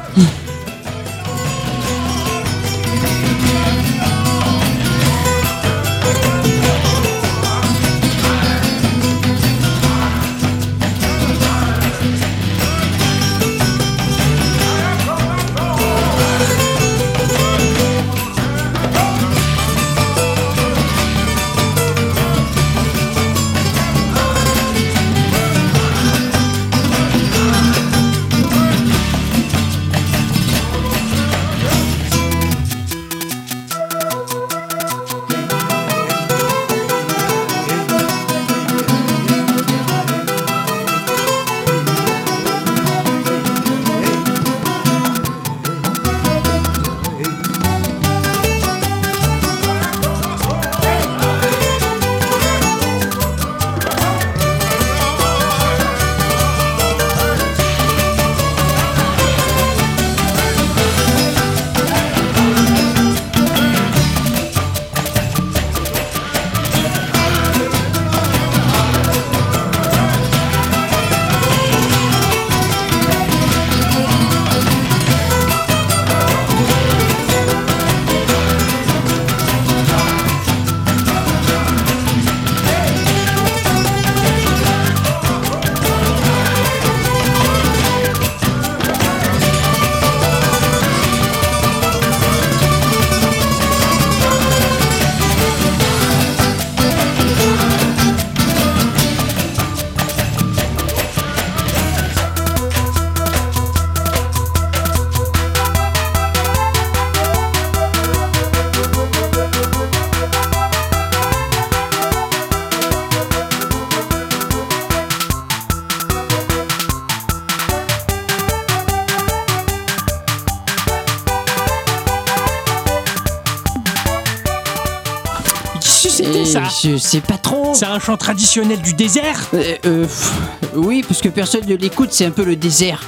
Et Je sais pas trop.
Mmh. C'est un chant traditionnel du désert
Euh, euh, pff, oui, parce que personne ne l'écoute, c'est un peu le désert.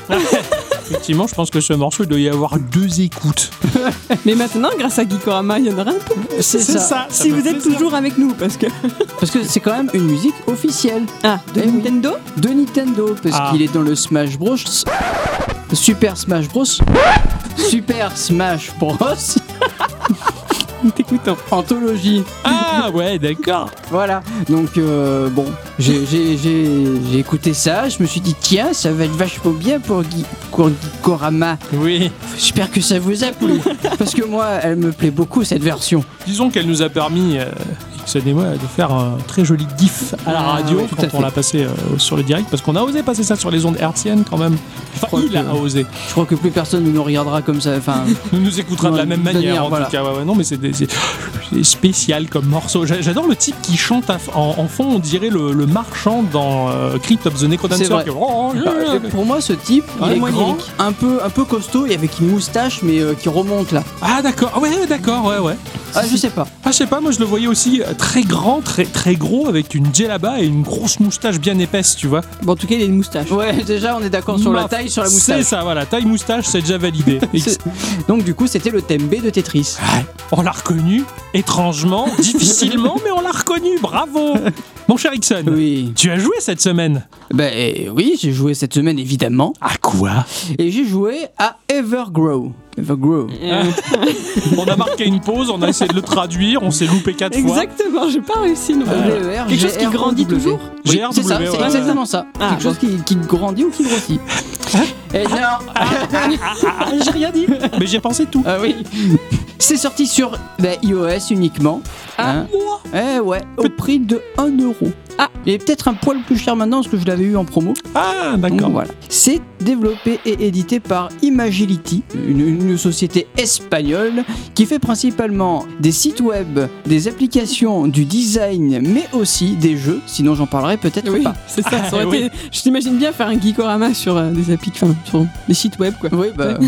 Effectivement, je pense que ce morceau, il doit y avoir deux écoutes.
Mais maintenant, grâce à Gikorama, il y en aura un peu plus.
C'est ça.
si vous êtes toujours avec nous, parce que.
Parce que c'est quand même une musique officielle
Ah, de
Eh oui.
Nintendo
de Nintendo, parce
Ah.
qu'il est dans le Smash Bros. Super Smash Bros. Super Smash Bros.
T'écoutant.
Anthologie.
Ah ouais, d'accord.
Voilà. Donc, euh, bon, j'ai- j'ai j'ai- j'ai écouté ça, je me suis dit, tiens, ça va être vachement bien pour, Gui- pour Gikorama.
Oui.
J'espère que ça vous a plu. Parce que moi, elle me plaît beaucoup, cette version.
Disons qu'elle nous a permis, euh, Ixon et moi, de faire un très joli gif à la
Ah,
radio
oui, tout à
quand on
fait.
l'a passé euh, sur le direct, parce qu'on a osé passer ça sur les ondes hertziennes quand même. Enfin,
crois
il
que-
a osé.
Je crois que plus personne ne nous regardera comme ça. Enfin,
Il nous écoutera de la
Ouais,
même
de
manière,
manière,
en
voilà.
tout cas. Ouais, ouais, non, mais c'est des- c'est- c'est spécial comme morceau. J'a- J'adore le type qui chante à f- en, en fond, on dirait le, le marchand dans euh, Crypt of the Necrodancer.
C'est vrai.
qui- Oh, yeah.
euh, pour moi, ce type,
Ouais,
il est
moi,
grand,
Eric.
un peu, un peu costaud et avec une moustache, mais euh, qui remonte là.
Ah d'accord, Ah ouais, d'accord, ouais, ouais.
Ah, je sais pas.
Ah, je sais pas, moi je le voyais aussi euh, très grand, très très gros, avec une djellaba et une grosse moustache bien épaisse, tu vois.
Bon, en tout cas, il a une moustache.
Ouais, déjà, on est d'accord sur la
Ma-
taille, sur la
C'est
moustache.
ça, voilà, taille moustache, c'est déjà validé.
C'est- Donc, du coup, c'était le thème B de Tetris.
on l'a reconnu, étrangement, difficilement, mais on l'a reconnu, bravo Mon cher Ixon,
Oui.
tu as joué cette semaine
Ben eh, oui, j'ai joué cette semaine évidemment,
À quoi
et j'ai joué à Evergrow. The Groove.
Euh,
On a marqué une pause, on a essayé de le traduire, on s'est loupé quatre fois.
Exactement, j'ai pas réussi.
Euh,
non.
G-R-O-W.
Euh, Quelque chose qui grandit toujours
Oui,
GRW,
c'est ça,
ouais,
c'est
ouais.
exactement ça.
Ah, Hein
Quelque chose qui, qui grandit ou qui grossit. Eh Et non,
Ah, J'ai rien dit.
Mais j'ai pensé tout.
ah oui. C'est sorti sur bah, iOS uniquement.
Ah,
Hein. Eh ouais, au prix de 1 euro.
Ah.
Il est peut-être un poil plus cher maintenant parce que je l'avais eu en promo.
Ah,
Donc
d'accord.
voilà. C'est développé et édité par Imagility, une, une société espagnole qui fait principalement des sites web, des applications, du design, mais aussi des jeux. Sinon, j'en parlerai peut-être
Eh Oui,
pas.
Ah, c'est ça. ça aurait
Oui.
été- Je t'imagine bien faire un geekorama sur euh, des applis, enfin, sur des sites web, quoi.
Oui, bah.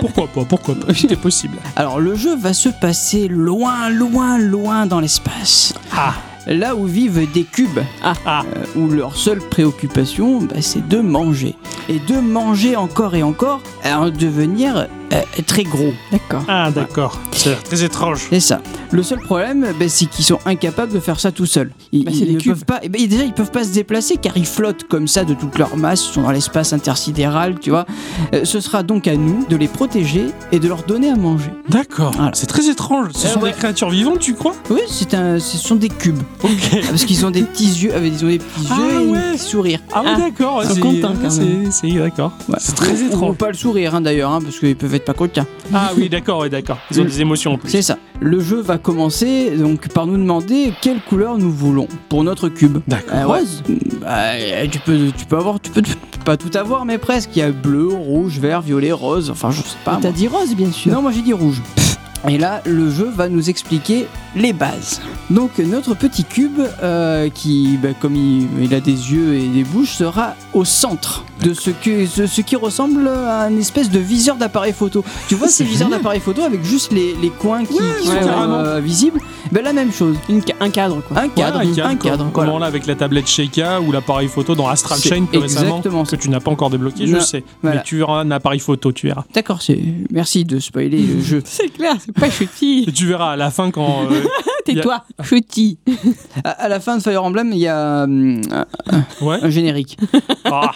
Pourquoi pas, pourquoi pas. C'était possible.
Alors, le jeu va se passer loin, loin, loin dans l'espace.
Ah.
Là où vivent des cubes,
Ah.
Ah.
Euh, où leur seule préoccupation, bah, c'est de manger. Et de manger encore et encore, à devenir euh, très gros.
D'accord.
Ah, d'accord. C'est très étrange.
C'est ça. Le seul problème, bah, c'est qu'ils sont incapables de faire ça tout seuls. Ils,
Bah,
ils
c'est des
ne
cubes.
peuvent pas. eh ben, déjà, ils peuvent pas se déplacer car ils flottent comme ça de toute leur masse. Ils sont dans l'espace intersidéral, tu vois. Euh, ce sera donc à nous de les protéger et de leur donner à manger.
D'accord.
Voilà.
Ah, C'est très étrange. Ce
Eh
sont
ouais.
des créatures vivantes, tu crois
Oui, c'est un, ce sont des cubes.
Ok.
Ah, Parce qu'ils ont des petits yeux, avec ils ont des petits
Oh. Ah
yeux et
ouais.
un petit sourire.
Ah, ouais,
Ah,
d'accord.
ils sont
c'est-
contents, quand
c'est- C'est d'accord.
Ouais.
C'est très
On voit
étrange.
pas le sourire hein, d'ailleurs, hein, parce qu'ils peuvent être pas contents.
Ah oui, d'accord, ouais, d'accord. Ils ont des émotions en plus.
C'est ça. Le jeu va commencer donc par nous demander quelle couleur nous voulons pour notre cube.
D'accord.
Euh, rose Bah, tu peux, tu peux avoir, tu peux, tu peux pas tout avoir, mais presque. Il y a bleu, rouge, vert, violet, rose. Enfin, je sais pas.
T'as
moi.
dit rose, bien sûr.
Non, moi j'ai dit rouge. Et là, le jeu va nous expliquer les bases. Donc, notre petit cube, euh, qui, bah, comme il, il a des yeux et des bouches, sera au centre de ce, que, ce, ce qui ressemble à un espèce de viseur d'appareil photo. Tu vois ces viseurs d'appareil photo avec juste les, les coins qui, qui
ouais,
sont
carrément.
euh, visibles Ben, La même chose.
Une ca- un cadre, quoi.
Un cadre,
Ouais,
un
comme-
cadre.
Comme
voilà.
on l'a avec la tablette Sheikah ou l'appareil photo dans Astral
C'est
Chain plus récemment,
exactement
que
ça.
tu n'as pas encore débloqué, je
Non,
sais.
voilà.
Mais tu auras un appareil photo, tu verras.
D'accord, c'est... merci de spoiler le jeu.
C'est clair, c'est pas chutis.
Et tu verras à la fin quand. euh,
Tais-toi, chutis.
À, à la fin de Fire Emblem, il y a hum, un,
Ouais.
un générique.
Ah,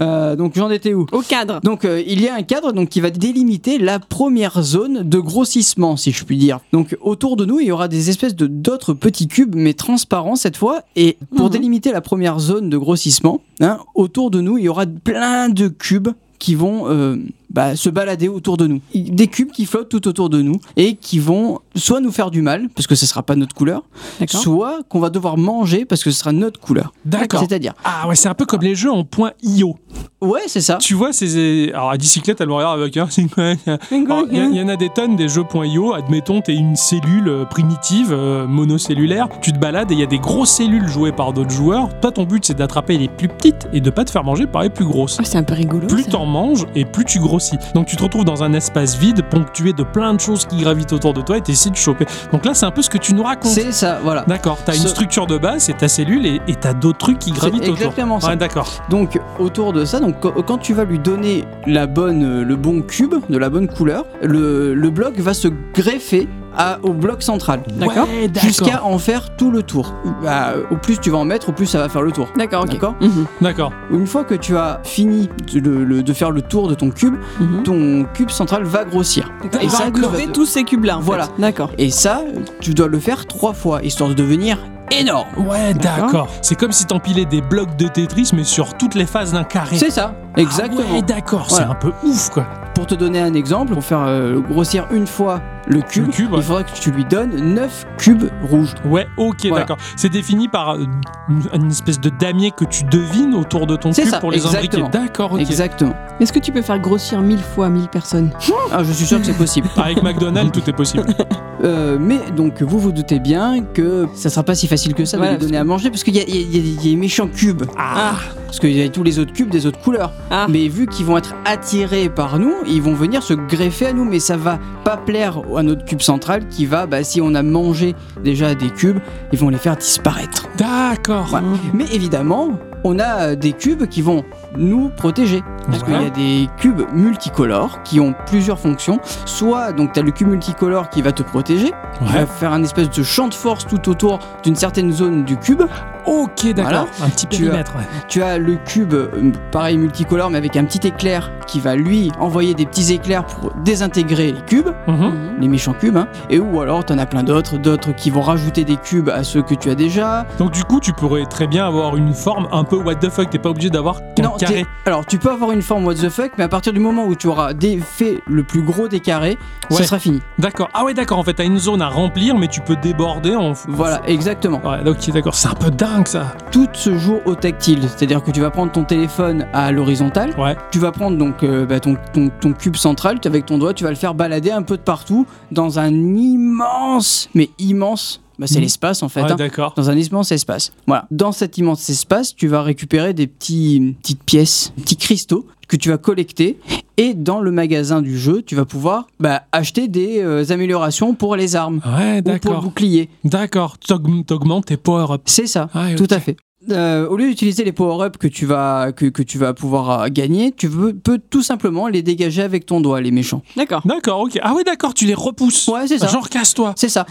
Euh, donc j'en étais où
Au cadre.
donc euh, il y a un cadre donc qui va délimiter la première zone de grossissement si je puis dire. Donc autour de nous il y aura des espèces de d'autres petits cubes mais transparents cette fois et pour
Mhm.
délimiter la première zone de grossissement hein, autour de nous il y aura plein de cubes qui vont euh, bah, se balader autour de nous. Des cubes qui flottent tout autour de nous et qui vont soit nous faire du mal, parce que ce sera pas notre couleur,
D'accord.
soit qu'on va devoir manger parce que ce sera notre couleur.
d'accord.
C'est-à-dire,
Ah ouais, c'est un peu comme les jeux en point IO.
ouais, c'est ça.
Tu vois, c'est. Alors, à bicyclette, elle me regarde avec un. c'est quoi
Oh,
Alors, Il y, a- il y en a des tonnes des jeux.io. Admettons, t'es une cellule euh, primitive, euh, monocellulaire. Tu te balades et il y a des grosses cellules jouées par d'autres joueurs. Toi, ton but, c'est d'attraper les plus petites et de pas te faire manger par les plus grosses.
Oh, c'est un peu
Ah
rigolo.
Plus
ça.
t'en manges et plus tu grossis. Donc tu te retrouves dans un espace vide ponctué de plein de choses qui gravitent autour de toi et t'essaies de choper. Donc là, c'est un peu ce que tu nous racontes.
C'est ça, voilà.
D'accord, t'as une
Ce-
structure de base, c'est ta cellule et et t'as d'autres trucs qui gravitent
C'est
autour.
exactement ça.
Ouais, d'accord.
Donc autour de ça, donc quand quand tu vas lui donner la bonne, euh, le bon cube de la bonne couleur, le, le bloc va se greffer à- au bloc central.
D'accord.
Ouais, d'accord.
Jusqu'à en faire tout le tour. Bah, au plus tu vas en mettre, au plus ça va faire le tour.
D'accord, ok.
D'accord.
Mhm,
D'accord.
Une fois que tu as fini de, le- de faire le tour de ton cube,
mhm.
ton cube central va grossir.
Il va
ça,
englober
tu-
tous ces cubes-là. en fait.
Voilà.
D'accord.
Et ça, tu dois le faire trois fois, histoire de devenir énorme.
Ouais, d'accord. C'est comme si t'empilais des blocs de Tetris, mais sur toutes les phases d'un carré.
C'est ça, exactement.
Ah ouais, d'accord, c'est
Voilà.
un peu ouf, quoi.
Pour te donner un exemple, pour faire euh, grossir une fois le cube,
Le cube, ouais.
il faudra que tu lui donnes 9 cubes rouges.
Ouais, ok,
Voilà.
d'accord. C'est défini par euh, une une espèce de damier que tu devines autour de ton
C'est
cube
ça,
pour les
exactement.
imbriquer. D'accord, ok.
Exactement.
Est-ce que tu peux faire grossir mille fois mille personnes
Ah, je suis sûr que c'est possible.
Avec McDonald's, tout est possible.
Euh, mais donc, vous vous doutez bien que ça sera pas si facile que ça
Voilà,
de lui donner à manger parce qu'il y, a- il y a- il y a- il y a les méchants cubes.
Ah,
Parce qu'il y a tous les autres cubes des autres couleurs.
Ah.
Mais vu qu'ils vont être attirés par nous, ils vont venir se greffer à nous. Mais ça va pas plaire à notre cube central qui va, bah, si on a mangé déjà des cubes, ils vont les faire disparaître.
d'accord.
Ouais. Mais évidemment, on a euh, des cubes qui vont nous protéger. Parce
Voilà.
qu'il y a des cubes multicolores qui ont plusieurs fonctions. Soit, donc, tu as le cube multicolore qui va te protéger, qui va
Ouais.
faire un espèce de champ de force tout autour d'une certaine zone du cube.
Ok, d'accord. Un petit
Tu as-
périmètre. ouais.
Tu as le cube, euh, pareil, multicolore, mais avec un petit éclair qui va lui envoyer des petits éclairs pour désintégrer les cubes.
Mhm.
les méchants cubes, hein. et ou alors t'en as plein d'autres, d'autres qui vont rajouter des cubes à ceux que tu as déjà.
Donc du coup, tu pourrais très bien avoir une forme un peu what the fuck. T'es pas obligé d'avoir qu'un
t'es-
carré.
alors tu peux avoir une forme what the fuck, mais à partir du moment où tu auras dé- fait le plus gros des carrés,
Ouais.
ça sera fini.
D'accord. Ah ouais, d'accord. En fait, t'as une zone à remplir, mais tu peux déborder en.
Voilà, exactement.
Ouais, donc d'accord. C'est un peu dingue ça.
Tout se joue au tactile, c'est-à-dire que tu vas prendre ton téléphone à l'horizontale,
Ouais.
tu vas prendre donc euh, bah, ton, ton- ton cube central, tu- avec ton doigt, tu vas le faire balader un peu de partout dans un immense, mais immense, bah, c'est
Mhm.
l'espace en fait.
Ouais,
hein.
d'accord.
dans un immense espace. Voilà. Dans cet immense espace, tu vas récupérer des petits, petites pièces, petits cristaux que tu vas collecter. Et dans le magasin du jeu, tu vas pouvoir bah, acheter des euh, améliorations pour les armes
Ouais,
ou pour le
d'accord.
bouclier.
D'accord. T'aug- T'augmentes tes power up.
C'est ça.
Ah,
Tout à fait. Euh, au lieu d'utiliser les power-ups que tu vas que, que tu vas pouvoir euh, gagner, tu veux- peux tout simplement les dégager avec ton doigt, les méchants.
D'accord.
D'accord, ok. Ah ouais, d'accord, tu les repousses.
Ouais, c'est ça.
Genre casse-toi.
C'est ça.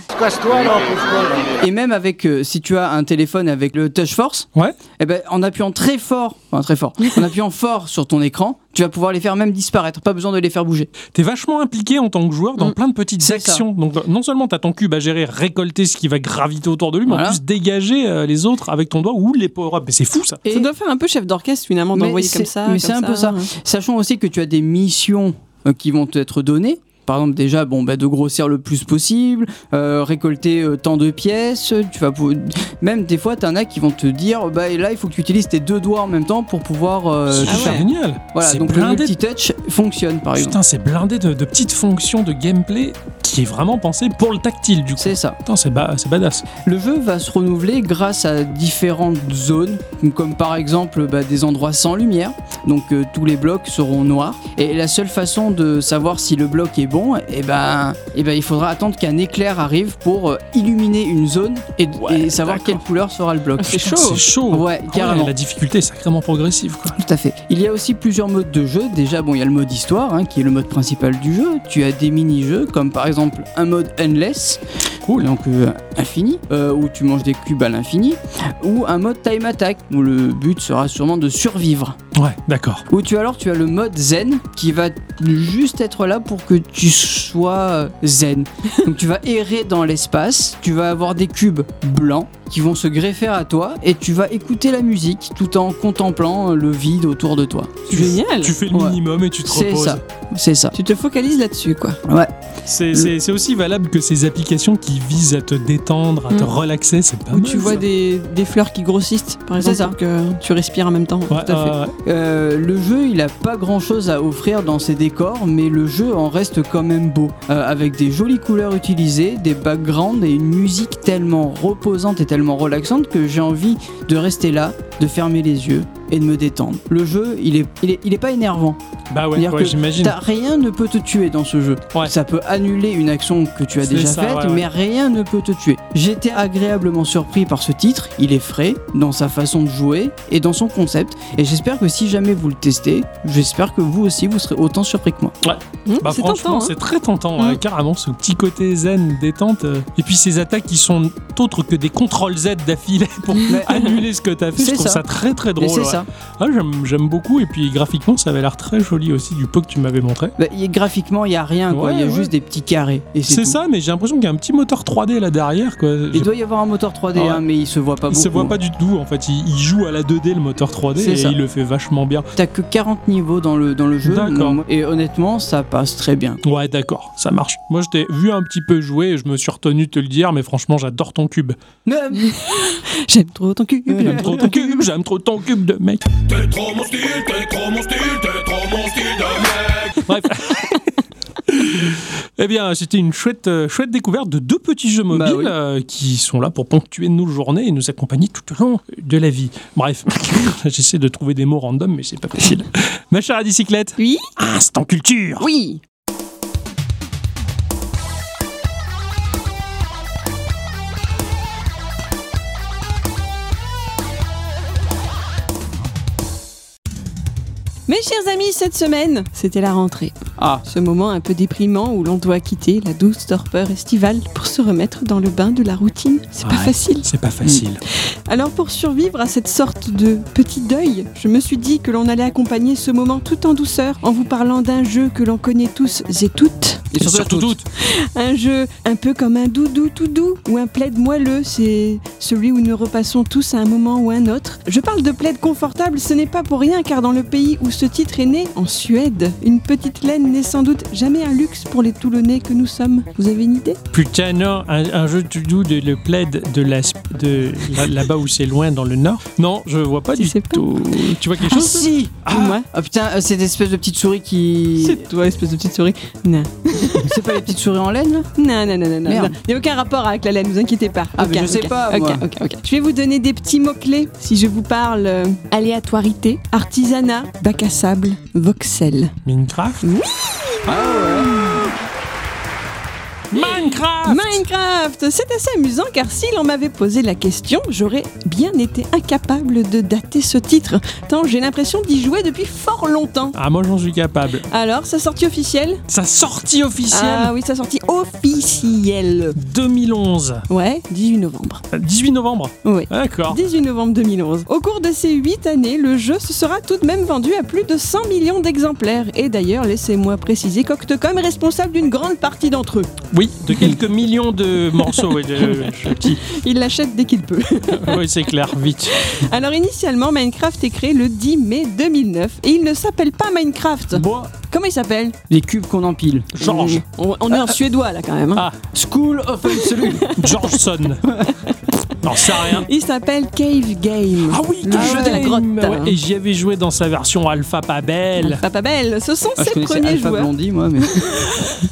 Et même avec, euh, si tu as un téléphone avec le Touch Force,
Ouais.
eh ben, en appuyant très fort, enfin très fort, en appuyant fort sur ton écran, tu vas pouvoir les faire même disparaître, pas besoin de les faire bouger.
T'es vachement impliqué en tant que joueur dans
Mm.
plein de petites
C'est
actions. Donc non seulement t'as ton cube à gérer, récolter ce qui va graviter autour de lui, mais en
Voilà.
plus dégager euh, les autres avec ton doigt ou les power-ups. Mais c'est fou ça.
Et
Ça doit faire un peu chef d'orchestre finalement
Mais
d'envoyer
c'est-
comme ça.
mais
comme
c'est un peu ça. sachant aussi que tu as des missions euh, qui vont t'être données. Par exemple, déjà, bon, bah, de grossir le plus possible, euh, récolter euh, tant de pièces. Tu vas pou- même des fois, t'en as qui vont te dire, bah et là, il faut que tu utilises tes deux doigts en même temps pour pouvoir. euh,
c'est
tout faire.
génial.
Voilà,
Ah c'est
donc le
blindé. de-
multi-touch fonctionne par exemple.
Putain, c'est blindé de, de petites fonctions de gameplay qui est vraiment pensé pour le tactile du coup.
C'est ça.
Putain, c'est ba- c'est badass.
Le jeu va se renouveler grâce à différentes zones, comme par exemple bah, des endroits sans lumière, donc euh, tous les blocs seront noirs. Et la seule façon de savoir si le bloc est bon, et ben, eh ben, il faudra attendre qu'un éclair arrive pour euh, illuminer une zone et,
Ouais,
et savoir
d'accord.
quelle couleur sera le bloc.
Ah, c'est
Putain,
chaud.
C'est chaud.
Ouais,
Ah
carrément.
la difficulté est sacrément progressive quoi.
Tout à fait. Il y a aussi plusieurs modes de jeu. Déjà, bon, il y a le mode histoire, hein, qui est le mode principal du jeu. Tu as des mini-jeux, comme par exemple un mode endless,
Cool.
donc euh, infini, euh, où tu manges des cubes à l'infini, ou un mode time attack, où le but sera sûrement de survivre.
Ouais, d'accord.
Ou tu alors tu as le mode zen, qui va juste être là pour que tu sois euh, zen. Donc tu vas errer dans l'espace, tu vas avoir des cubes blancs qui vont se greffer à toi, et tu vas écouter la musique tout en contemplant euh, le vide autour de toi.
Génial.
Tu fais le
Ouais.
minimum et tu te
C'est
reposes.
ça, c'est ça.
Tu te focalises là-dessus quoi.
C'est- C'est c'est aussi valable que ces applications qui visent à te détendre, à te
Mm.
relaxer, c'est pas
Où
mal.
tu vois
ça.
des, des fleurs qui grossissent par exemple
ça.
pour que tu respires en même temps.
Ouais,
tout à fait.
ouais, ouais.
Euh, le jeu, il a pas grand chose à offrir dans ses décors, mais le jeu en reste quand même beau, Euh, avec des jolies couleurs utilisées, des backgrounds et une musique tellement reposante et tellement relaxante que j'ai envie de rester là, de fermer les yeux et de me détendre. Le jeu, il est, il est, il est pas énervant.
Bah ouais,
C'est-à-dire
ouais,
que
j'imagine.
T'as- rien ne peut te tuer dans ce jeu.
Ouais.
Ça peut annuler une action que tu as
C'est
déjà
ça,
faite,
ouais, ouais.
mais rien ne peut te tuer. J'étais agréablement surpris par ce titre. Il est frais dans sa façon de jouer et dans son concept. Et j'espère que si jamais vous le testez, j'espère que vous aussi vous serez autant surpris que moi.
Hum,
Bah
c'est
franchement,
tentant. hein.
c'est très tentant,
Mm.
ouais, carrément, ce petit côté zen, détente. euh, Et puis ces attaques qui sont autres que des contrôles Z d'affilée pour
Mais-
annuler ce que t'as fait, je
C'est
trouve ça.
ça.
très très
Mais
drôle.
c'est
ouais.
ça.
Ah, j'aime, j'aime beaucoup, et puis graphiquement, ça avait l'air très joli aussi du peu que tu m'avais montré.
Bah, y- graphiquement, il y a rien. quoi.
Ouais,
Il y a
ouais.
juste des petits carrés. Et c'est
C'est
tout.
ça, mais j'ai l'impression qu'il y a un petit moteur 3D là derrière, quoi. J'ai-
Il doit y avoir un moteur 3D,
Ah ouais.
hein, mais il se voit pas
Il
beaucoup.
se voit pas du tout en fait, il, il joue à la 2D le moteur 3D
C'est
et
ça.
il le fait vachement bien.
T'as que 40 niveaux dans le, dans le jeu.
D'accord.
Et honnêtement, ça passe très bien.
Ouais, d'accord, ça marche. Moi, je t'ai vu un petit peu jouer et je me suis retenu de te le dire, mais franchement, j'adore ton cube.
J'aime trop ton cul.
J'aime trop ton cube, j'aime trop ton cube de mec.
T'es trop mon style, t'es trop mon style, t'es trop mon style de mec.
Bref. Eh bien, c'était une chouette, euh, chouette découverte de deux petits jeux mobiles
Bah oui.
euh, qui sont là pour ponctuer nos journées et nous accompagner tout au long de la vie. Bref, j'essaie de trouver des mots random, mais c'est pas facile. Ma chère à bicyclette,
Oui.
instant culture
Oui. Mes chers amis, cette semaine, c'était la rentrée.
Ah,
Ce moment un peu déprimant où l'on doit quitter la douce torpeur estivale pour se remettre dans le bain de la routine. C'est pas
Ouais.
facile.
C'est pas facile.
Alors pour survivre à cette sorte de petit deuil, je me suis dit que l'on allait accompagner ce moment tout en douceur en vous parlant d'un jeu que l'on connaît tous et toutes.
et surtout, toutes.
doute.
Un jeu un peu comme un doudou tout doux ou un plaid moelleux, c'est celui où nous repassons tous à un moment ou un autre. Je parle de plaid confortable, ce n'est pas pour rien car dans le pays où ce titre est né, en Suède, une petite laine n'est sans doute jamais un luxe pour les Toulonnais que nous sommes. Vous avez une idée
Putain, non, un, un jeu tout doux de le plaid de, la, de là- là-bas où c'est loin dans le nord. Non, je vois pas
Tu
du
sais pas.
tout. Tu vois quelque
Ah,
chose
si
Ou moi
Ah putain, euh, cette espèce de petite souris qui.
C'est toi, espèce de petite souris. Non.
C'est pas les petites souris en laine là
Non, non, non, non, non.
Merde.
Il n'y a aucun rapport avec la laine, vous inquiétez pas.
Ah, mais
Aucun,
je sais
aucun.
pas,
Ok,
moi.
ok, ok. Je vais vous donner des petits mots-clés si je vous parle euh, aléatoirité, artisanat, bac à sable, voxel.
Minecraft Ah
Ah.
Minecraft
Minecraft C'est assez amusant car s'il en m'avait posé la question, j'aurais bien été incapable de dater ce titre, tant j'ai l'impression d'y jouer depuis fort longtemps.
Ah, moi j'en suis capable.
Alors, sa sortie officielle
Sa sortie officielle
Ah oui, sa sortie officielle.
2011.
Ouais, 18 novembre.
Euh, 18 novembre.
Oui.
D'accord.
18 novembre 2011. Au cours de ces 8 années, le jeu se sera tout de même vendu à plus de 100 millions d'exemplaires. Et d'ailleurs, laissez-moi préciser qu'Octocom est responsable d'une grande partie d'entre eux.
Oui, de quelques millions de morceaux. ouais, de- euh, je- petit.
Il l'achète dès qu'il peut.
Oui, c'est clair, vite.
Alors initialement, Minecraft est créé le 10 mai 2009 et il ne s'appelle pas Minecraft.
Bon,
Comment il s'appelle
Les cubes qu'on empile. Euh,
Georges.
On, on est en suédois là quand même.
Ah,
hein.
School of Absolute.
Georgeson. Non, ça
hein.
rien.
Il s'appelle Cave Game.
Ah oui,
Le
Cave
jeu de la
Game.
grotte.
Ouais, Et j'y avais joué dans sa version alpha pas belle.
Papa Belle, ce sont
Ah, je
ses
connaissais
premiers
Alpha
joueurs.
Blondie moi, mais.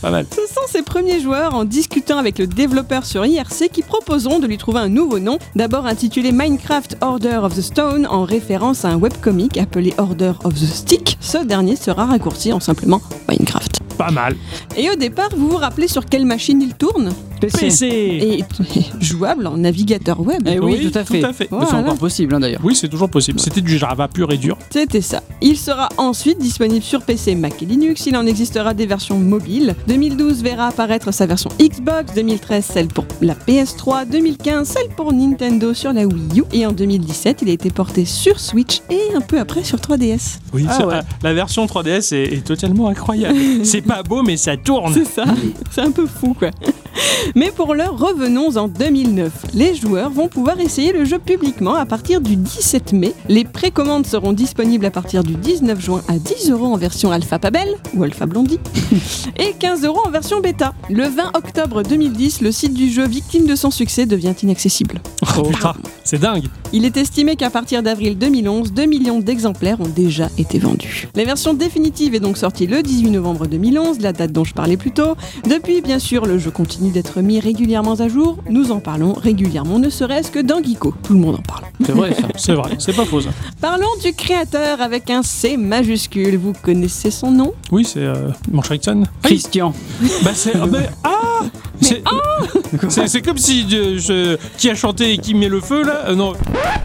Pas mal.
Ce sont ses premiers joueurs en discutant avec le développeur sur IRC qui proposeront de lui trouver un nouveau nom, d'abord intitulé Minecraft Order of the Stone en référence à un webcomic appelé Order of the Stick. Ce dernier sera raccourci en simplement Minecraft.
Pas mal.
Et au départ, vous vous rappelez sur quelle machine il tourne
PC.
PC.
Et jouable en navigateur web.
Eh oui,
Oui,
tout à
tout
fait.
à fait.
Mais c'est
Voilà.
encore possible hein, d'ailleurs.
Oui, c'est toujours possible. C'était du Java pur et dur.
C'était ça. Il sera ensuite disponible sur PC, Mac et Linux. Il en existera des versions mobiles. 2012 verra apparaître sa version Xbox, 2013 celle pour la PS3, 2015 celle pour Nintendo sur la Wii U et en 2017 il a été porté sur Switch et un peu après sur 3DS.
Oui,
Ah
ça-
ouais.
la version 3DS est, est totalement incroyable. c'est pas beau, mais ça tourne.
C'est ça, c'est un peu fou quoi. Mais pour l'heure, revenons en 2009. Les joueurs vont pouvoir essayer le jeu publiquement à partir du 17 mai. Les précommandes seront disponibles à partir du 19 juin à 10 euros en version Alpha Pabel ou Alpha Blondie et 15 euros en version bêta. Le 20 octobre 2010, le site du jeu, victime de son succès, devient inaccessible.
Oh, putain, c'est dingue.
Il est estimé qu'à partir d'avril 2011, 2 millions d'exemplaires ont déjà été vendus. La version définitive est donc sortie le 18 novembre 2011, la date dont je parlais plus tôt. Depuis, bien sûr, le jeu continue d'être mis régulièrement à jour. Nous en parlons régulièrement, ne serait-ce que dans Geeko. Tout le monde en parle.
C'est vrai ça.
C'est vrai, c'est pas faux ça.
Parlons du créateur avec un C majuscule. Vous connaissez son nom
Oui, c'est euh, Manchrichton.
Christian.
Bah c'est ah, mais- ah c'est c'est- c'est comme si euh, je- qui a chanté et qui met le feu là Euh, non,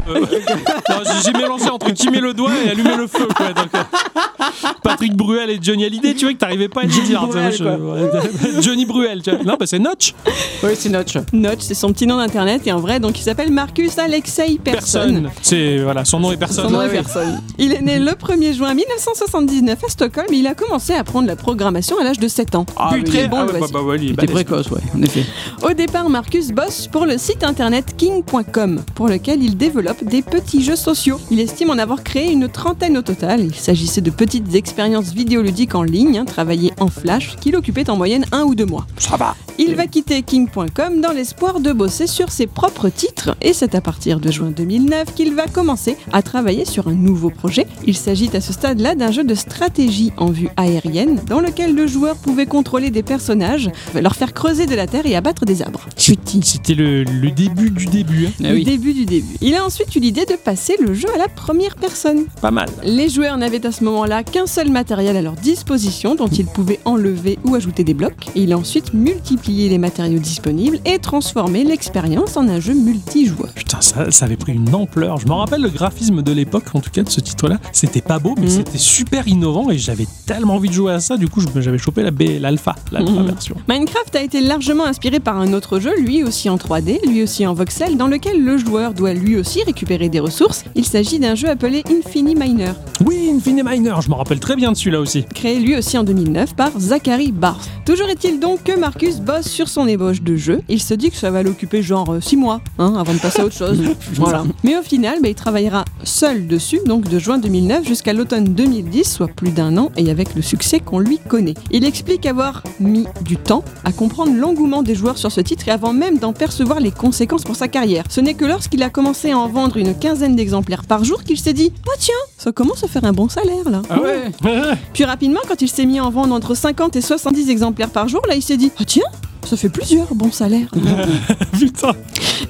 Euh, non, j'ai mélangé entre qui met le doigt et allumer le feu quoi. donc, euh, Patrick Bruel et Johnny Hallyday, tu vois que t'arrivais pas à le dire. hein, tu vois,
Bruel,
je- ouais, Johnny Bruel, tu vois. Non, bah c'est Notch.
Oui, c'est Notch.
Notch, c'est son petit nom d'internet et en vrai, donc il s'appelle Marcus Alexei
Personne. C'est voilà, son nom est personne.
Son nom est
Ah oui.
personne. Il est né le 1er juin 1979 à Stockholm et il a commencé à apprendre la programmation à l'âge de 7 ans.
Ah,
Putain,
il est
bon,
ah
le
ouais, bah,
voici.
bah, ouais, il est
Il était
balèze.
précoce, ouais, en effet.
Au départ, Marcus bosse pour le site internet king.com, pour lequel il développe des petits jeux sociaux. Il estime en avoir créé une trentaine au total. Il s'agissait de petites expériences vidéoludiques en ligne, hein, travaillées en flash, qui l'occupaient en moyenne un ou deux mois.
Ça va.
Il va quitter King.com dans l'espoir de bosser sur ses propres titres et c'est à partir de juin 2009 qu'il va commencer à travailler sur un nouveau projet. Il s'agit à ce stade-là d'un jeu de stratégie en vue aérienne dans lequel le joueur pouvait contrôler des personnages, leur faire creuser de la terre et abattre des arbres. Chutis.
C'était le, le début du début. hein.
Ah
Le
oui.
début du début. Il a ensuite eu l'idée de passer le jeu à la première personne.
Pas mal.
Les joueurs n'avaient à ce moment-là qu'un seul matériel à leur disposition dont ils pouvaient enlever ou ajouter des blocs. Et il a ensuite multiplié multiplier les matériaux disponibles et transformer l'expérience en un jeu multijoueur.
Putain, ça, ça avait pris une ampleur. Je me rappelle le graphisme de l'époque, en tout cas de ce titre-là. C'était pas beau, mais
Mhm.
c'était super innovant et j'avais tellement envie de jouer à ça. Du coup, je- j'avais chopé la B, l'alpha, l'alpha
Mhm.
version.
Minecraft a été largement inspiré par un autre jeu, lui aussi en 3D, lui aussi en voxel, dans lequel le joueur doit lui aussi récupérer des ressources. Il s'agit d'un jeu appelé Infini Miner,
Oui, Infiniminer, je me rappelle très bien de celui-là aussi.
créé lui aussi en 2009 par Zachary Barth. Toujours est-il donc que Marcus bosse sur son ébauche de jeu. Il se dit que ça va l'occuper genre 6 mois, hein, avant de passer à autre chose. voilà. Mais au final, bah, il travaillera seul dessus, donc de juin 2009 jusqu'à l'automne 2010, soit plus d'un an, et avec le succès qu'on lui connaît. Il explique avoir mis du temps à comprendre l'engouement des joueurs sur ce titre et avant même d'en percevoir les conséquences pour sa carrière. Ce n'est que lorsqu'il a commencé à en vendre une quinzaine d'exemplaires par jour qu'il s'est dit « Oh tiens, ça commence à faire un bon salaire là !»
Ah ouais
Puis rapidement, quand il s'est mis à en vendre entre 50 et 70 exemplaires par jour, là il s'est dit Ah tiens ça fait plusieurs bons salaires.
Putain.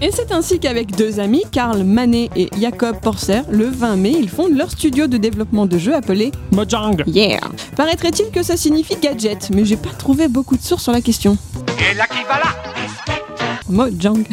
Et c'est ainsi qu'avec deux amis, Karl Manet et Jacob Porser, le 20 mai, ils fondent leur studio de développement de jeux appelé
Mojang.
Yeah. Paraîtrait-il que ça signifie gadget, mais j'ai pas trouvé beaucoup de sources sur la question. Et là qui va là Mojang.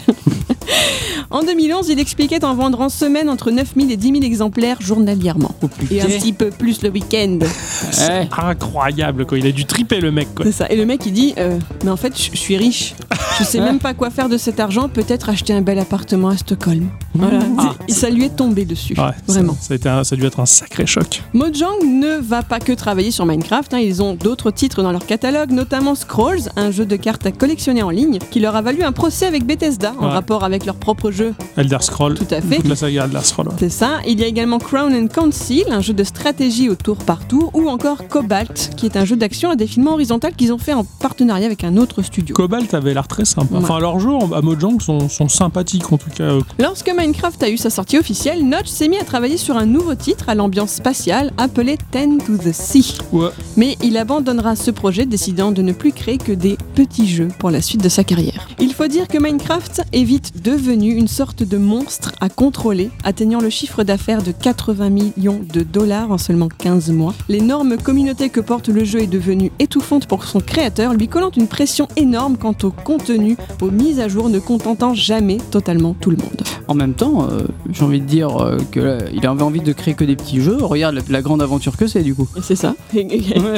en 2011, il expliquait en vendre en semaine entre 9000 et 10 000 exemplaires journalièrement. Et un petit peu plus le week-end.
Ouais.
Incroyable, quoi. Il a dû triper le mec, quoi.
C'est ça. Et le mec il dit euh, Mais en fait, je je suis riche. Je sais même pas quoi faire de cet argent. Peut-être acheter un bel appartement à Stockholm. Voilà.
Ah.
C'est- Ça lui est tombé dessus.
Ouais,
Vraiment.
Ça, ça a été un- ça a dû être un sacré choc.
Mojang ne va pas que travailler sur Minecraft, hein, ils ont d'autres titres dans leur catalogue, notamment Scrolls, un jeu de cartes à collectionner en ligne, qui leur a valu un procès avec Bethesda en
Ouais.
rapport avec leur propre jeu,
Elder Scroll.
tout à fait.
Toute la saga Elder Scroll. ouais.
C'est ça, il y a également Crown and Council, un jeu de stratégie au tour par tour, ou encore Cobalt, qui est un jeu d'action à défilement horizontal qu'ils ont fait en partenariat avec un autre studio.
Cobalt avait l'air très sympa.
Ouais.
Enfin, leurs jeux à Mojang sont, sont sympathiques en tout cas. euh,
Lorsque Minecraft a eu sa sortie officielle, Notch s'est mis à travailler sur un nouveau titre à l'ambiance spatiale appelé Ten to the Sea.
Ouais.
Mais il abandonnera ce projet décidant de ne plus créer que des petits jeux pour la suite de sa carrière. Il faut dire que Minecraft est vite devenu une sorte de monstre à contrôler, atteignant le chiffre d'affaires de 80 millions de dollars en seulement 15 mois. L'énorme communauté que porte le jeu est devenue étouffante pour son créateur, lui collant une pression énorme quant au contenu, aux mises à jour ne contentant jamais totalement tout le monde.
En même temps, euh, j'ai envie de dire euh, que là, il avait envie de créer que des petits jeux. Regarde la, la grande aventure que c'est du coup.
C'est ça.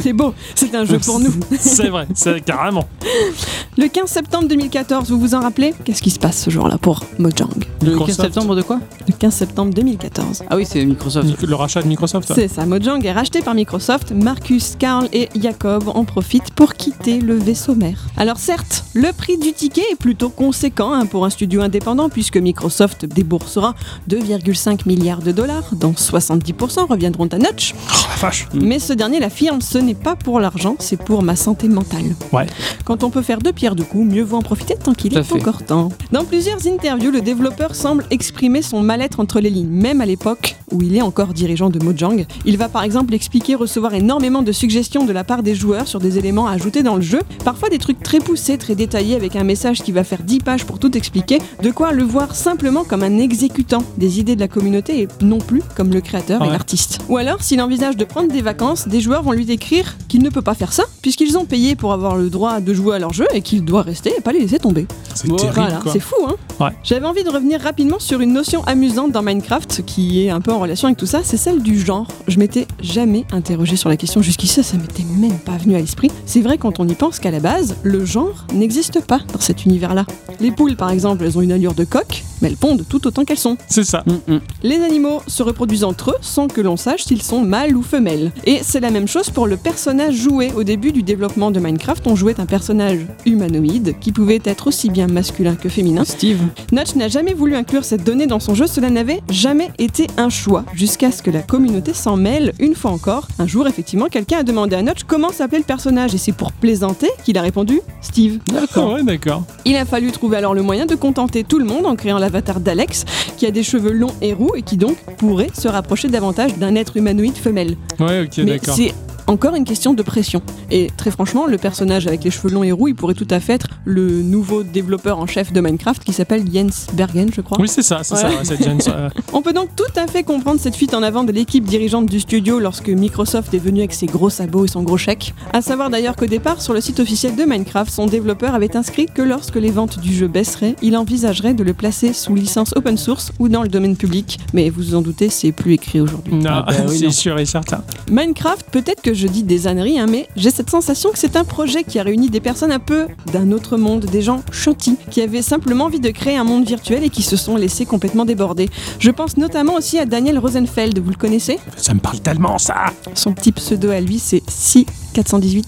C'est beau. C'est un jeu pour nous.
c'est vrai, c'est carrément.
Le 15 septembre 2014, vous vous en rappelez Qu'est-ce qui se passe ce jour-là pour Mojang
Le
Microsoft.
15 septembre de quoi
Le 15 septembre 2014.
Ah oui, c'est Microsoft.
Mic- Le rachat de Microsoft. ouais.
C'est ça, Mojang est racheté par Microsoft, Marcus, Karl et Jacob en profitent pour quitter le vaisseau mère. Alors certes, le prix du ticket est plutôt conséquent hein, pour un studio indépendant puisque Microsoft déboursera 2,5 milliards de dollars, dont 70% reviendront à Notch.
Oh, la vache.
Mm.
Mais ce dernier l'affirme, ce n'est pas pour l'argent, c'est pour ma santé mentale.
Ouais.
Quand on peut faire deux pierres deux coups, mieux vaut en profiter tant qu'il
Tout à
est
fait.
encore temps. Dans plusieurs interviews, le développeur semble exprimer son mal-être entre les lignes, même à l'époque où il est encore dirigeant de Mojang. Il va par exemple expliquer recevoir énormément de suggestions de la part des joueurs sur des éléments à ajouter dans le jeu, parfois des trucs très poussés, très détaillés avec un message qui va faire 10 pages pour tout expliquer, de quoi le voir simplement comme un exécutant des idées de la communauté et non plus comme le créateur et
Ouais.
l'artiste. Ou alors, s'il envisage de prendre des vacances, des joueurs vont lui décrire qu'il ne peut pas faire ça, puisqu'ils ont payé pour avoir le droit de jouer à leur jeu et qu'il doit rester et pas les laisser tomber.
C'est terrible.
Voilà,
quoi.
c'est fou, hein
Ouais.
J'avais envie de revenir rapidement sur une notion amusante dans Minecraft, qui est un peu en relation avec tout ça, c'est celle du genre. Je m'étais jamais interrogée sur la question jusqu'ici, ça m'était même pas venu à l'esprit. C'est vrai quand on y pense qu'à la base, le genre n'existe pas dans cet univers-là. Les poules, par exemple, elles ont une allure de coq, mais elles pondent tout autant qu'elles sont.
C'est ça.
Mm, mm.
Les animaux se reproduisent entre eux sans que l'on sache s'ils sont mâles ou femelles. Et c'est la même chose pour le personnage joué. Au début du développement de Minecraft, on jouait un personnage humanoïde qui pouvait être aussi bien masculin que féminin.
Steve.
Notch n'a jamais voulu inclure cette donnée dans son jeu, cela n'avait jamais été un choix, jusqu'à ce que la communauté s'en mêle une fois encore. Un jour, effectivement, quelqu'un a demandé à Notch comment s'appelait le personnage, et c'est pour plaisanter qu'il a répondu Steve.
Ah ouais, d'accord.
Il a fallu trouver alors le moyen de contenter tout le monde en créant l'avatar d'Alex, qui a des cheveux longs et roux et qui donc pourrait se rapprocher davantage d'un être humanoïde femelle.
Ouais, ok,
Mais
d'accord.
c'est encore une question de pression. Et très franchement, le personnage avec les cheveux longs et roux, il pourrait tout à fait être le nouveau développeur en chef de Minecraft qui s'appelle Jens Bergen, je crois.
Oui, c'est ça, c'est
hein. Ouais.
ça, ouais, cette Jens, euh,
On peut donc tout à fait comprendre cette fuite en avant de l'équipe dirigeante du studio lorsque Microsoft est venu avec ses gros sabots et son gros chèque. À savoir d'ailleurs qu'au départ, sur le site officiel de Minecraft, son développeur avait inscrit que lorsque les ventes du jeu baisseraient, il envisagerait de le placer sous licence open source ou dans le domaine public. Mais vous vous en doutez, c'est plus écrit aujourd'hui.
non,
Ah bah oui,
c'est
non.
sûr et certain.
Minecraft, peut-être que je dis des âneries, hein, mais j'ai cette sensation que c'est un projet qui a réuni des personnes un peu d'un autre monde, des gens chantis, qui avaient simplement envie de créer un monde virtuel et qui se sont laissés complètement déborder. Je pense notamment aussi à Daniel Rosenfeld, vous le connaissez
Ça me parle tellement, ça
Son petit pseudo à lui, c'est Si418.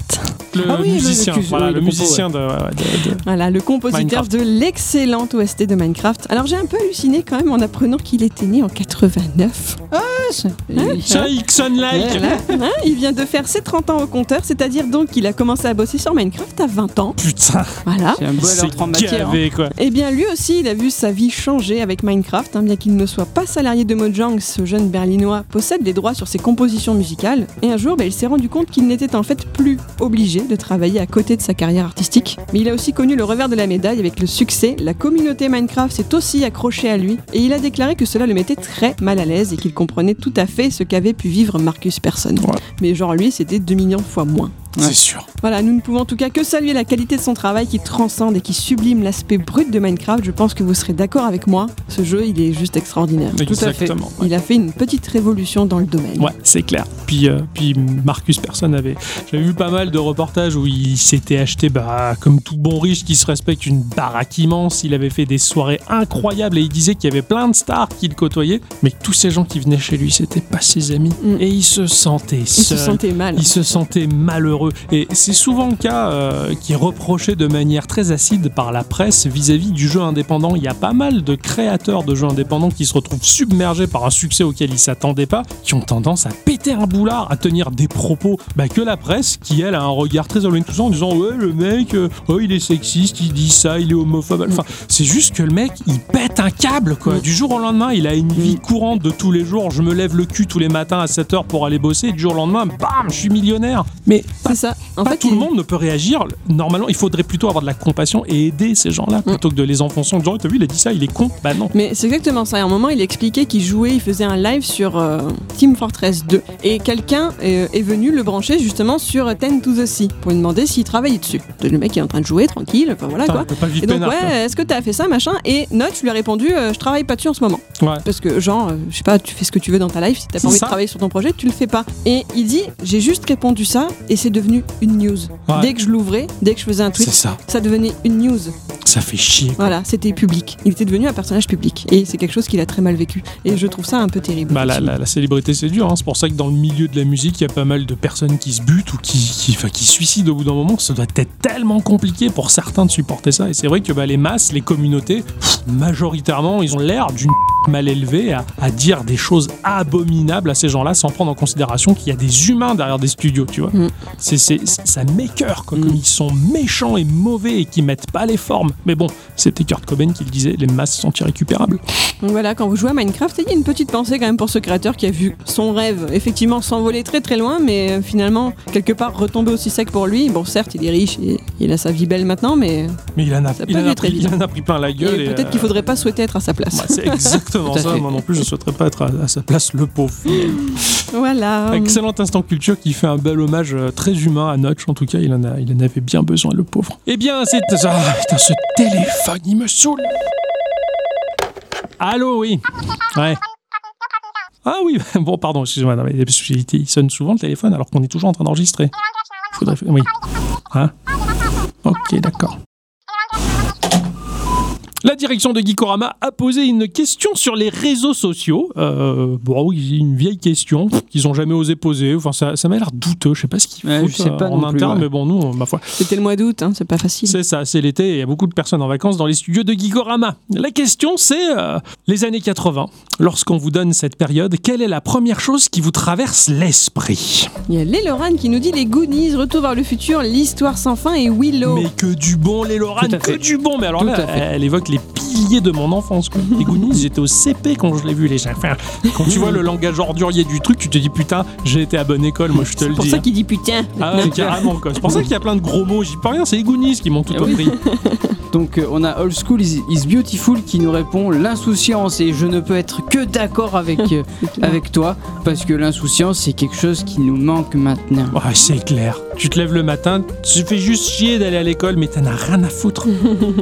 Le
Ah oui, le-
musicien,
le-
voilà,
oui,
le
le propos,
musicien de... ouais, de- de-
Voilà, le compositeur
Minecraft.
de l'excellente OST de Minecraft. Alors j'ai un peu halluciné quand même en apprenant qu'il était né en 89.
Eh
C'est un Ixon-like
Voilà, hein, il vient de faire ses 30 ans au compteur, c'est-à-dire donc qu'il a commencé à bosser sur Minecraft à 20 ans.
Putain,
Voilà.
C'est un bol
c'est
entrant en matière. hein.
gavé, quoi.
Eh bien, lui aussi, il a vu sa vie changer avec Minecraft. hein. bien qu'il ne soit pas salarié de Mojang, ce jeune berlinois possède les droits sur ses compositions musicales. Et un jour, bah, il s'est rendu compte qu'il n'était en fait plus obligé de travailler à côté de sa carrière artistique. Mais il a aussi connu le revers de la médaille avec le succès. La communauté Minecraft s'est aussi accrochée à lui. Et il a déclaré que cela le mettait très mal à l'aise et qu'il comprenait tout à fait ce qu'avait pu vivre Marcus Persson.
Ouais.
Mais genre, lui, c'était 2 millions de fois moins.
Ouais.
C'est sûr.
Voilà, nous ne pouvons en tout cas que saluer la qualité de son travail qui transcende et qui sublime l'aspect brut de Minecraft. Je pense que vous serez d'accord avec moi. Ce jeu, il est juste extraordinaire.
à fait.
Exactement. ouais.
Il a fait une petite révolution dans le domaine.
Ouais, c'est clair. Puis, euh, puis Marcus, personne n'avait. J'avais vu pas mal de reportages où il s'était acheté, bah, comme tout bon riche qui se respecte, une baraque immense. Il avait fait des soirées incroyables et il disait qu'il y avait plein de stars qu'il côtoyait. Mais tous ces gens qui venaient chez lui, c'était pas ses amis.
Mm.
Et il se sentait
Il se
seul.
sentait mal.
Il se sentait malheureux. Et c'est souvent le cas euh, qui est reproché de manière très acide par la presse vis-à-vis du jeu indépendant. Il y a pas mal de créateurs de jeux indépendants qui se retrouvent submergés par un succès auquel ils s'attendaient pas, qui ont tendance à péter un boulard, à tenir des propos bah, que la presse, qui elle a un regard très éloigné de tout ça en disant Ouais, le mec, euh, oh, il est sexiste, il dit ça, il est homophobe. Enfin, c'est juste que le mec, il pète un câble, quoi. Du jour au lendemain, il a une vie courante de tous les jours. Je me lève le cul tous les matins à 7 heures pour aller bosser. Du jour au lendemain, bam, je suis millionnaire. Mais pas,
C'est ça. En
pas
fait,
tout
il-
le monde ne peut réagir. Normalement, il faudrait plutôt avoir de la compassion et aider ces
Mm.
gens-là plutôt que de les enfoncer en disant T'as vu, il a dit ça, il est con. Bah non.
Mais c'est exactement ça. À un moment, il expliquait qu'il jouait, il faisait un live sur euh, Team Fortress 2. Et quelqu'un euh, est venu le brancher justement sur Ten to the Sea pour lui demander s'il travaillait dessus. Le mec est en train de jouer tranquille, enfin voilà
Putain, on
quoi.
peut pas vivre
Et donc,
peinard,
ouais, est-ce que t'as fait ça, machin Et Notch lui a répondu, euh, je travaille pas dessus en ce moment.
quoi. Ouais.
Parce que, genre, euh, je sais pas, tu fais ce que tu veux dans ta life, si t'as
C'est
pas envie
ça.
de travailler sur ton projet, tu le fais pas. Et il dit, j'ai juste répondu ça et c'est devenu une news.
Ouais.
Dès que je l'ouvrais, dès que je faisais un
C'est
tweet,
ça.
ça devenait une news.
Ça fait chier.
Voilà, c'était public. Il était devenu un personnage public. Et c'est quelque chose qu'il a très mal vécu. Et je trouve ça un peu terrible.
Bah, la, la- la célébrité, c'est dur. hein. C'est pour ça que dans le milieu de la musique, il y a pas mal de personnes qui se butent ou qui, qui, enfin, qui se suicident au bout d'un moment. Ça doit être tellement compliqué pour certains de supporter ça. Et c'est vrai que bah, les masses, les communautés, pff, majoritairement, ils ont l'air d'une mal élevée à, à dire des choses abominables à ces gens-là sans prendre en considération qu'il y a des humains derrière des studios, tu vois.
Mm.
C'est, c'est, c'est- ça m'écœure, quoi, comme ils sont méchants et mauvais et qui mettent pas les formes. Mais bon, c'était Kurt Cobain qui le disait, les masses sont irrécupérables.
Donc voilà, quand vous jouez à Minecraft, il y a une petite pensée quand même pour ce créateur qui a vu son rêve effectivement s'envoler très très loin, mais euh, finalement quelque part retomber aussi sec pour lui. Bon, certes, il est riche et il a sa vie belle maintenant, mais
Mais il en a,
Ça a
il
pas
en
dû
a
être
pris, il
évident.
en a pris plein la gueule.
et
et,
peut-être qu'il
euh,
faudrait pas souhaiter être à sa place.
bah, c'est exactement
Tout à
ça.
fait.
Moi non plus, je souhaiterais pas être à, à sa place, le pauvre.
Hum. Voilà.
Excellent instant culture qui fait un bel hommage euh, très humain à Notch. En tout cas, il en, a, il en avait bien besoin, le pauvre. Eh bien, c'est ça. putain, ce téléphone, il me saoule. Allô, oui. Ouais. Ah oui, bon, pardon, excusez-moi, non, mais parce que il il sonne souvent le téléphone alors qu'on est toujours en train d'enregistrer. Faudrait. Oui. Hein Ok, d'accord. La direction de Geekorama a posé une question sur les réseaux sociaux. Euh, bon, oui, une vieille question qu'ils ont jamais osé poser. Enfin, ça, ça m'a l'air douteux. Je sais pas ce qu'ils
Ouais,
foutent
je sais
euh,
pas
en
non plus,
interne,
ouais.
mais bon, nous, ma foi,
C'était le mois d'août, hein, c'est pas facile.
c'est ça, c'est l'été et il y a beaucoup de personnes en vacances dans les studios de Gigorama. La question, c'est euh, les années 80. Lorsqu'on vous donne cette période, quelle est la première chose qui vous traverse l'esprit
Il y a Léloran qui nous dit les Goonies, Retour vers le futur, l'histoire sans fin et Willow.
Mais que du bon, les Lorraine,
Tout à
que
fait.
du bon. Mais alors
Tout
là,
à fait.
elle évoque les les piliers de mon enfance. quoi. Les Goonies, j'étais au CP quand je l'ai vu, les gens. Enfin, quand tu vois le langage ordurier du truc, tu te dis putain, j'ai été à bonne école, moi je te
C'est
le
pour
dis.
ça
hein.
qu'il dit putain.
Ah ouais, carrément quoi. C'est pour ça qu'il y a plein de gros mots, j'y peux rien, c'est les Goonies qui m'ont tout
Ah oui.
appris.
Donc euh, on a Old School is, is Beautiful qui nous répond l'insouciance et je ne peux être que d'accord avec, euh, avec toi parce que l'insouciance c'est quelque chose qui nous manque maintenant.
Ouais, c'est clair. Tu te lèves le matin, tu fais juste chier d'aller à l'école, mais t'en as rien à foutre.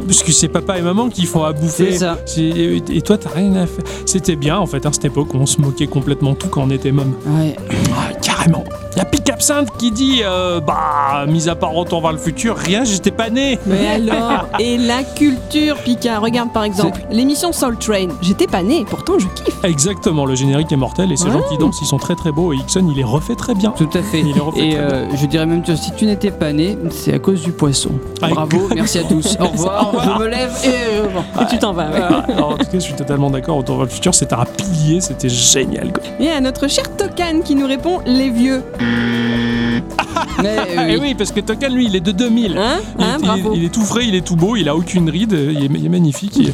Parce que c'est papa et maman qui font à bouffer.
C'est ça.
C'est- Et toi, t'as rien à faire. C'était bien, en fait, à cette époque, où on se moquait complètement tout quand on était môme.
Ouais.
Ah, carrément. Y a Pic Absinthe qui dit euh, Bah, mis à part retour vers le futur, rien, j'étais pas né.
Mais alors Et la culture, Pika Regarde par exemple l'émission Soul Train. J'étais pas né, pourtant je kiffe.
Exactement, le générique est mortel et ces gens qui dansent, ils sont très très beaux et Ixon, il les refait très bien.
Tout à fait.
Il est refait
Et
très
euh, je dirais même que si tu n'étais pas né, c'est à cause du poisson.
Ah,
Bravo, merci à tous. Au revoir, je me lève et euh, je m'en-
Et tu t'en vas, ouais.
Ah, alors, en tout cas, je suis totalement d'accord. Retour vers le futur, c'était un pilier, c'était génial. quoi.
Et à notre cher Tokan qui nous répond les vieux.
Mais, euh,
Ah,
oui.
et oui, parce que Tokan, lui, il est de 2000.
Hein
Il,
Hein
il-
Bravo.
il est tout frais, il est tout beau, il a aucune ride, euh, il est, il est magnifique. il est-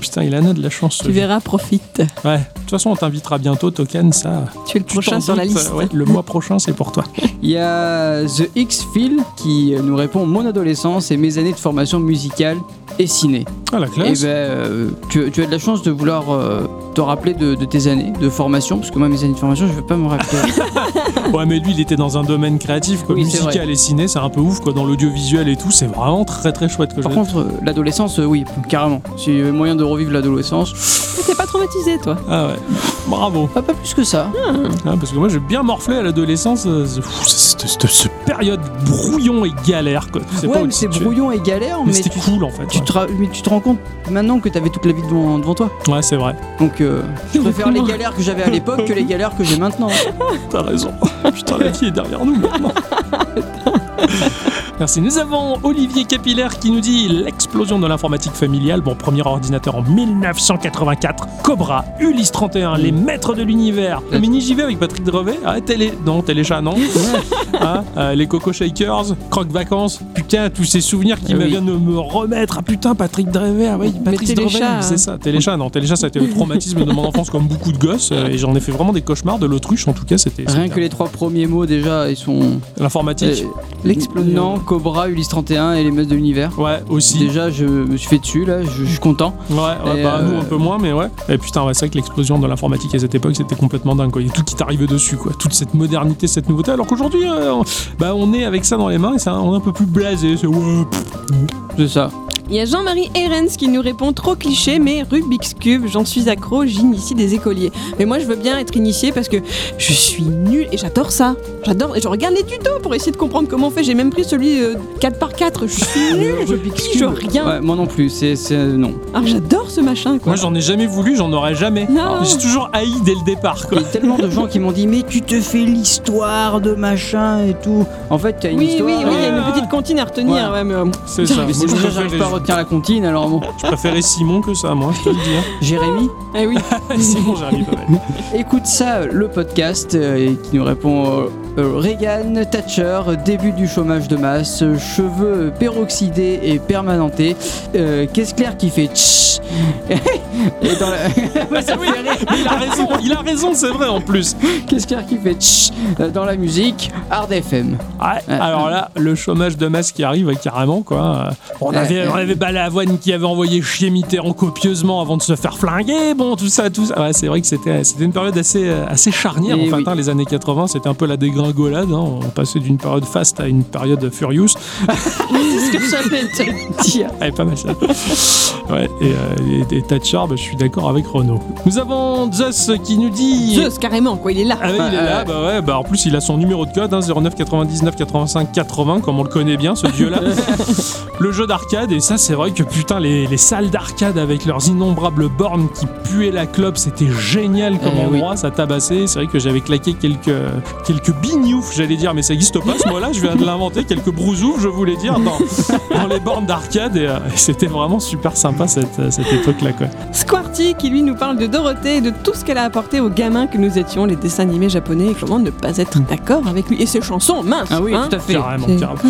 Putain, il a de la chance. ce
Mm. Tu verras, profite.
jeu. Ouais. De toute façon, on t'invitera bientôt, Tokan, ça.
Tu es le
tu t'en
prochain sur la
doutes,
liste.
ouais, le mois prochain, c'est pour toi.
Il y a The X Phil qui nous répond mon adolescence et mes années de formation musicale et ciné.
Ah, la
Et ben,
classe.
euh, tu, tu as de la chance de vouloir euh, te rappeler de, de tes années de formation, parce que moi, mes années de formation, je veux pas me rappeler.
Ouais, mais lui, il était dans un domaine créatif, quoi.
Oui, c'est
musical et ciné, c'est un peu ouf, quoi. Dans l'audiovisuel et tout, c'est vraiment très très chouette. Que
Par
je-
contre, euh, l'adolescence, euh, oui, carrément. S'il y avait moyen de revivre l'adolescence, Ah,
Mais T'es pas traumatisé, toi.
Ah ouais. Bravo.
pas, pas plus que ça.
Hein, parce que moi, j'ai bien morflé à l'adolescence. euh, ce- pff, Cette cette- cette période brouillon et galère, quoi. Tu sais pas
Ouais,
où
mais
tu
c'est
te situes.
brouillon et galère, mais,
Mais c'était
tu,
cool en fait.
tu
ouais.
te, ra- mais tu te rends compte maintenant que t'avais toute la vie devant, devant toi.
Ouais, c'est vrai.
Donc, euh, je préfère les
Exactement.
galères que j'avais à l'époque que les galères que j'ai maintenant.
T'as raison. Putain, la vie est derrière nous maintenant. Merci. Nous avons Olivier Capillaire qui nous dit l'explosion de l'informatique familiale. Bon, premier ordinateur en 1984. Cobra, Ulysse 31, les maîtres de l'univers. Le mini JV avec Patrick Drevet. Ah, télé. Non, téléchat, non. Hein, euh, les Coco Shakers, Croque Vacances. Putain, tous ces souvenirs qui
Eh
me
oui.
viennent de me remettre. Ah putain, Patrick Drevet. Ah oui,
Mais
Patrick Drevet.
Téléchat,
C'est
hein.
ça, Téléchat. Non, Téléchat, ça a été le traumatisme de mon enfance comme beaucoup de gosses. euh, Et j'en ai fait vraiment des cauchemars de l'autruche. En tout cas, c'était.
Rien
c'était-
que les trois premiers mots, déjà, ils sont.
L'informatique.
L'explosion. Cobra, Ulysse 31 et les meufs de l'univers.
Ouais, aussi.
Déjà, je me suis fait dessus, là, je, je suis content.
Ouais, ouais,
Et
bah nous
euh,
un peu moins, mais ouais. Et putain, ouais, c'est vrai que l'explosion de l'informatique à cette époque, c'était complètement dingue, quoi. Il y a tout qui t'arrivait dessus, quoi. Toute cette modernité, cette nouveauté. Alors qu'aujourd'hui, euh, on, bah, on est avec ça dans les mains et ça, on est un peu plus blasé. C'est ouais, pff,
C'est ça.
Il y a Jean-Marie Herens qui nous répond trop cliché, mais Rubik's Cube, j'en suis accro, j'initie des écoliers. Mais moi, je veux bien être initié parce que je suis nulle et j'adore ça. J'adore et je regarde les tutos pour essayer de comprendre comment on fait. J'ai même pris celui euh, 4x4. Je suis nulle, je pige rien.
Ouais, moi non plus, c'est. c'est- euh, Non.
Alors, j'adore ce machin, quoi.
Moi, j'en ai jamais voulu, j'en aurais jamais.
Non.
J'ai toujours haï dès le départ, quoi.
Il y a tellement de gens qui m'ont dit, mais tu te fais l'histoire de machin et tout. En fait, t'as une
Oui, oui,
histoire.
oui, il y a
Ouais.
une petite comptine à retenir.
Voilà.
ouais, mais, euh,
C'est ça.
Mais
Moi,
c'est pour ça
je,
que j'arrive pas à
préférais,
retenir la comptine, alors bon.
je préférais Simon que ça, moi, je te le dis. hein.
Jérémy,
eh oui.
Simon, j'arrive pas mal.
écoute ça, le podcast euh, et qui nous répond euh, euh, Reagan, Thatcher, début du chômage de masse, euh, cheveux peroxydés et permanentés, euh, qu'est-ce clair qui fait tch Et dans la-
Ouais, c'est- oui, mais il a raison, il a raison, c'est vrai en plus.
Qu'est-ce clair qui fait tch Euh, Dans la musique, Hard FM.
Ouais, alors là, le chômage de masse qui arrive, ouais, carrément, quoi. Euh, On
Ouais,
avait,
ouais.
on avait Balavoine qui avait envoyé chier Mitterrand copieusement avant de se faire flinguer, bon, tout ça, tout ça. Ouais, c'est vrai que c'était c'était une période assez, euh, assez charnière,
Et
en fait,
Eh oui.
hein, les années 80, c'était un peu la dégringolade, hein. on passait d'une période fast à une période furious.
Qu'est-ce que ça fait Tiens.
Elle est pas mal ça. Ouais, et, euh, et- et Thatcher, bah, je suis d'accord avec Renaud. Nous avons Zeus qui nous dit...
Zeus, carrément, quoi, il est là.
Ah oui, il est là, bah ouais, bah en plus il a son numéro de code, hein, 09 99 85 80, comme on le connaît bien, ce vieux-là. le jeu d'arcade, et ça c'est vrai que putain, les, les salles d'arcade avec leurs innombrables bornes qui puaient la clope, c'était génial comme
Eh oui.
endroit, ça tabassait. C'est vrai que j'avais claqué quelques, quelques billes guignouf, j'allais dire, mais ça n'existe pas ce mot-là, je viens de l'inventer, quelques brousoufs, je voulais dire, dans, dans les bornes d'arcade, et euh, c'était vraiment super sympa cette, euh, cette époque-là. quoi.
Squarty qui lui nous parle de Dorothée et de tout ce qu'elle a apporté aux gamins que nous étions, les dessins animés japonais, et comment ne pas être
Mm.
d'accord avec lui. Et ses chansons, mince
Ah oui,
hein.
tout à fait.
Carrément,
c'est-
carrément.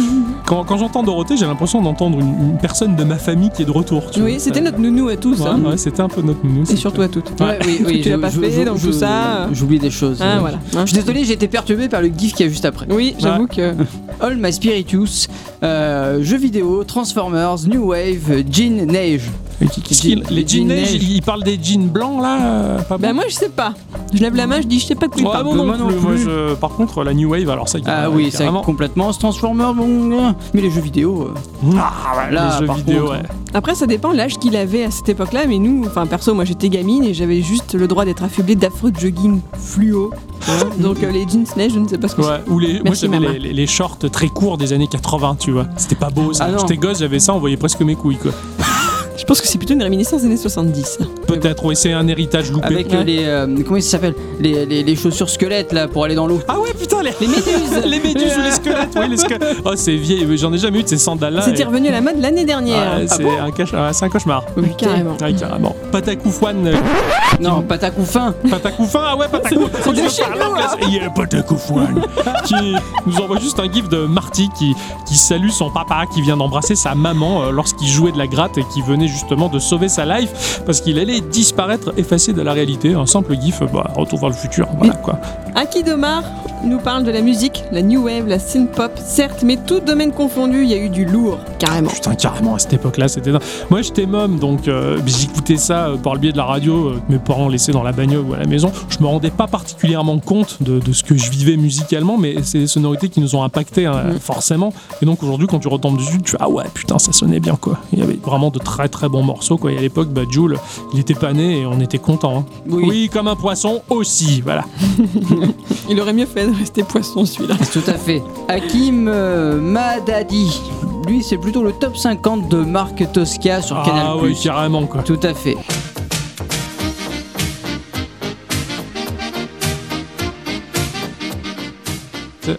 Quand, quand j'entends Dorothée, j'ai l'impression d'entendre une, une personne de ma famille qui est de retour. tu
Oui,
vois.
c'était
Ça-
notre nounou à tous.
Ouais,
hein.
ouais, c'était un peu notre euh, nounou.
Et
c'était-
surtout à toutes.
Ouais, oui,
Parce que
oui,
tu l'as
je-
pas
je-
fait,
je-
donc
je-
tout ça. euh,
J'oublie des choses.
Ah,
euh,
voilà.
Je suis désolé, j'ai été perturbé par le gif qu'il y a juste après.
Oui, j'avoue que.
All My Spiritus, euh, jeux vidéo, Transformers, New Wave, euh, Jean Neige.
Et qui- qu'est-ce qu'il- Les
Les
jeans
jeans
neige,
neige.
il parle des jeans blancs là euh, pas
Bah
bon
moi je sais pas. Je lève la main, je dis je sais pas de quoi il
Ouais, bah,
parle.
moi non plus, moi, je- par contre, la New Wave, alors ça, il y a-
Ah oui, c'est
carrément.
complètement ce Transformers, bon, euh, mais les jeux vidéo. euh,
Ah, ouais,
Là,
les jeux
par
vidéo,
contre,
ouais.
Après ça dépend l'âge qu'il avait à cette époque-là, mais nous, enfin perso, moi j'étais gamine et j'avais juste le droit d'être affublé d'affreux jogging fluo. Donc euh, les jeans neige, je ne sais pas ce que
Ouais, ou les, moi
Merci,
j'avais
maman.
les, les- les shorts très courts des années 80, tu vois. C'était pas beau ça.
Ah non.
J'étais gosse, j'avais ça, on voyait presque mes couilles quoi.
c'est. Je pense que c'est plutôt une réminiscence des années 70.
Peut-être, ouais, c'est un héritage loupé.
Avec euh, les. euh, comment ils s'appellent les, les, les chaussures squelettes là pour aller dans l'eau.
Ah ouais, putain, les,
méduses.
les méduses ou les squelettes, oui, les squelettes. Oh, c'est vieil, mais j'en ai jamais eu de ces sandales là.
C'était revenu à la mode l'année dernière.
Ah, c'est un, cache- ah, c'est un cauchemar.
Oui, hein. carrément.
Ouais, carrément. Patacoufouane. euh,
Non, patacoufin.
Patacoufin, ah ouais, Patacoufin.
de chez nous, hein.
Il y a Patacoufouane qui nous envoie juste un gif de Marty qui, qui salue son papa qui vient d'embrasser sa maman euh, lorsqu'il jouait de la gratte et qui venait justement de sauver sa life parce qu'il allait disparaître, effacé de la réalité. Un simple gif, euh, bah, retour vers le futur, voilà quoi.
Aki Domar nous parle de la musique, la new wave, la synth-pop, certes, mais tout domaine confondu, il y a eu du lourd, carrément.
Putain, carrément, à cette époque-là, c'était dingue. Moi, j'étais môme, donc euh, j'écoutais ça euh, par le biais de la radio euh, que mes parents laissaient dans la bagnole ou à la maison. Je me rendais pas particulièrement compte de, de ce que je vivais musicalement, mais c'est des sonorités qui nous ont impacté, hein,
Mm.
forcément. Et donc, aujourd'hui, quand tu retombes dessus, tu fais Ah ouais, putain, ça sonnait bien, quoi. Il y avait vraiment de très très bons morceaux, quoi. Et à l'époque, bah, Jules, il était pas né et on était content.
Oui.
oui, comme un poisson aussi, voilà.
Il aurait mieux fait de rester poisson celui-là.
Tout à fait. Hakim euh, Madadi. Lui, c'est plutôt le top 50 de Marc Tosca sur Canal.
Ah oui, carrément, quoi.
Tout à fait.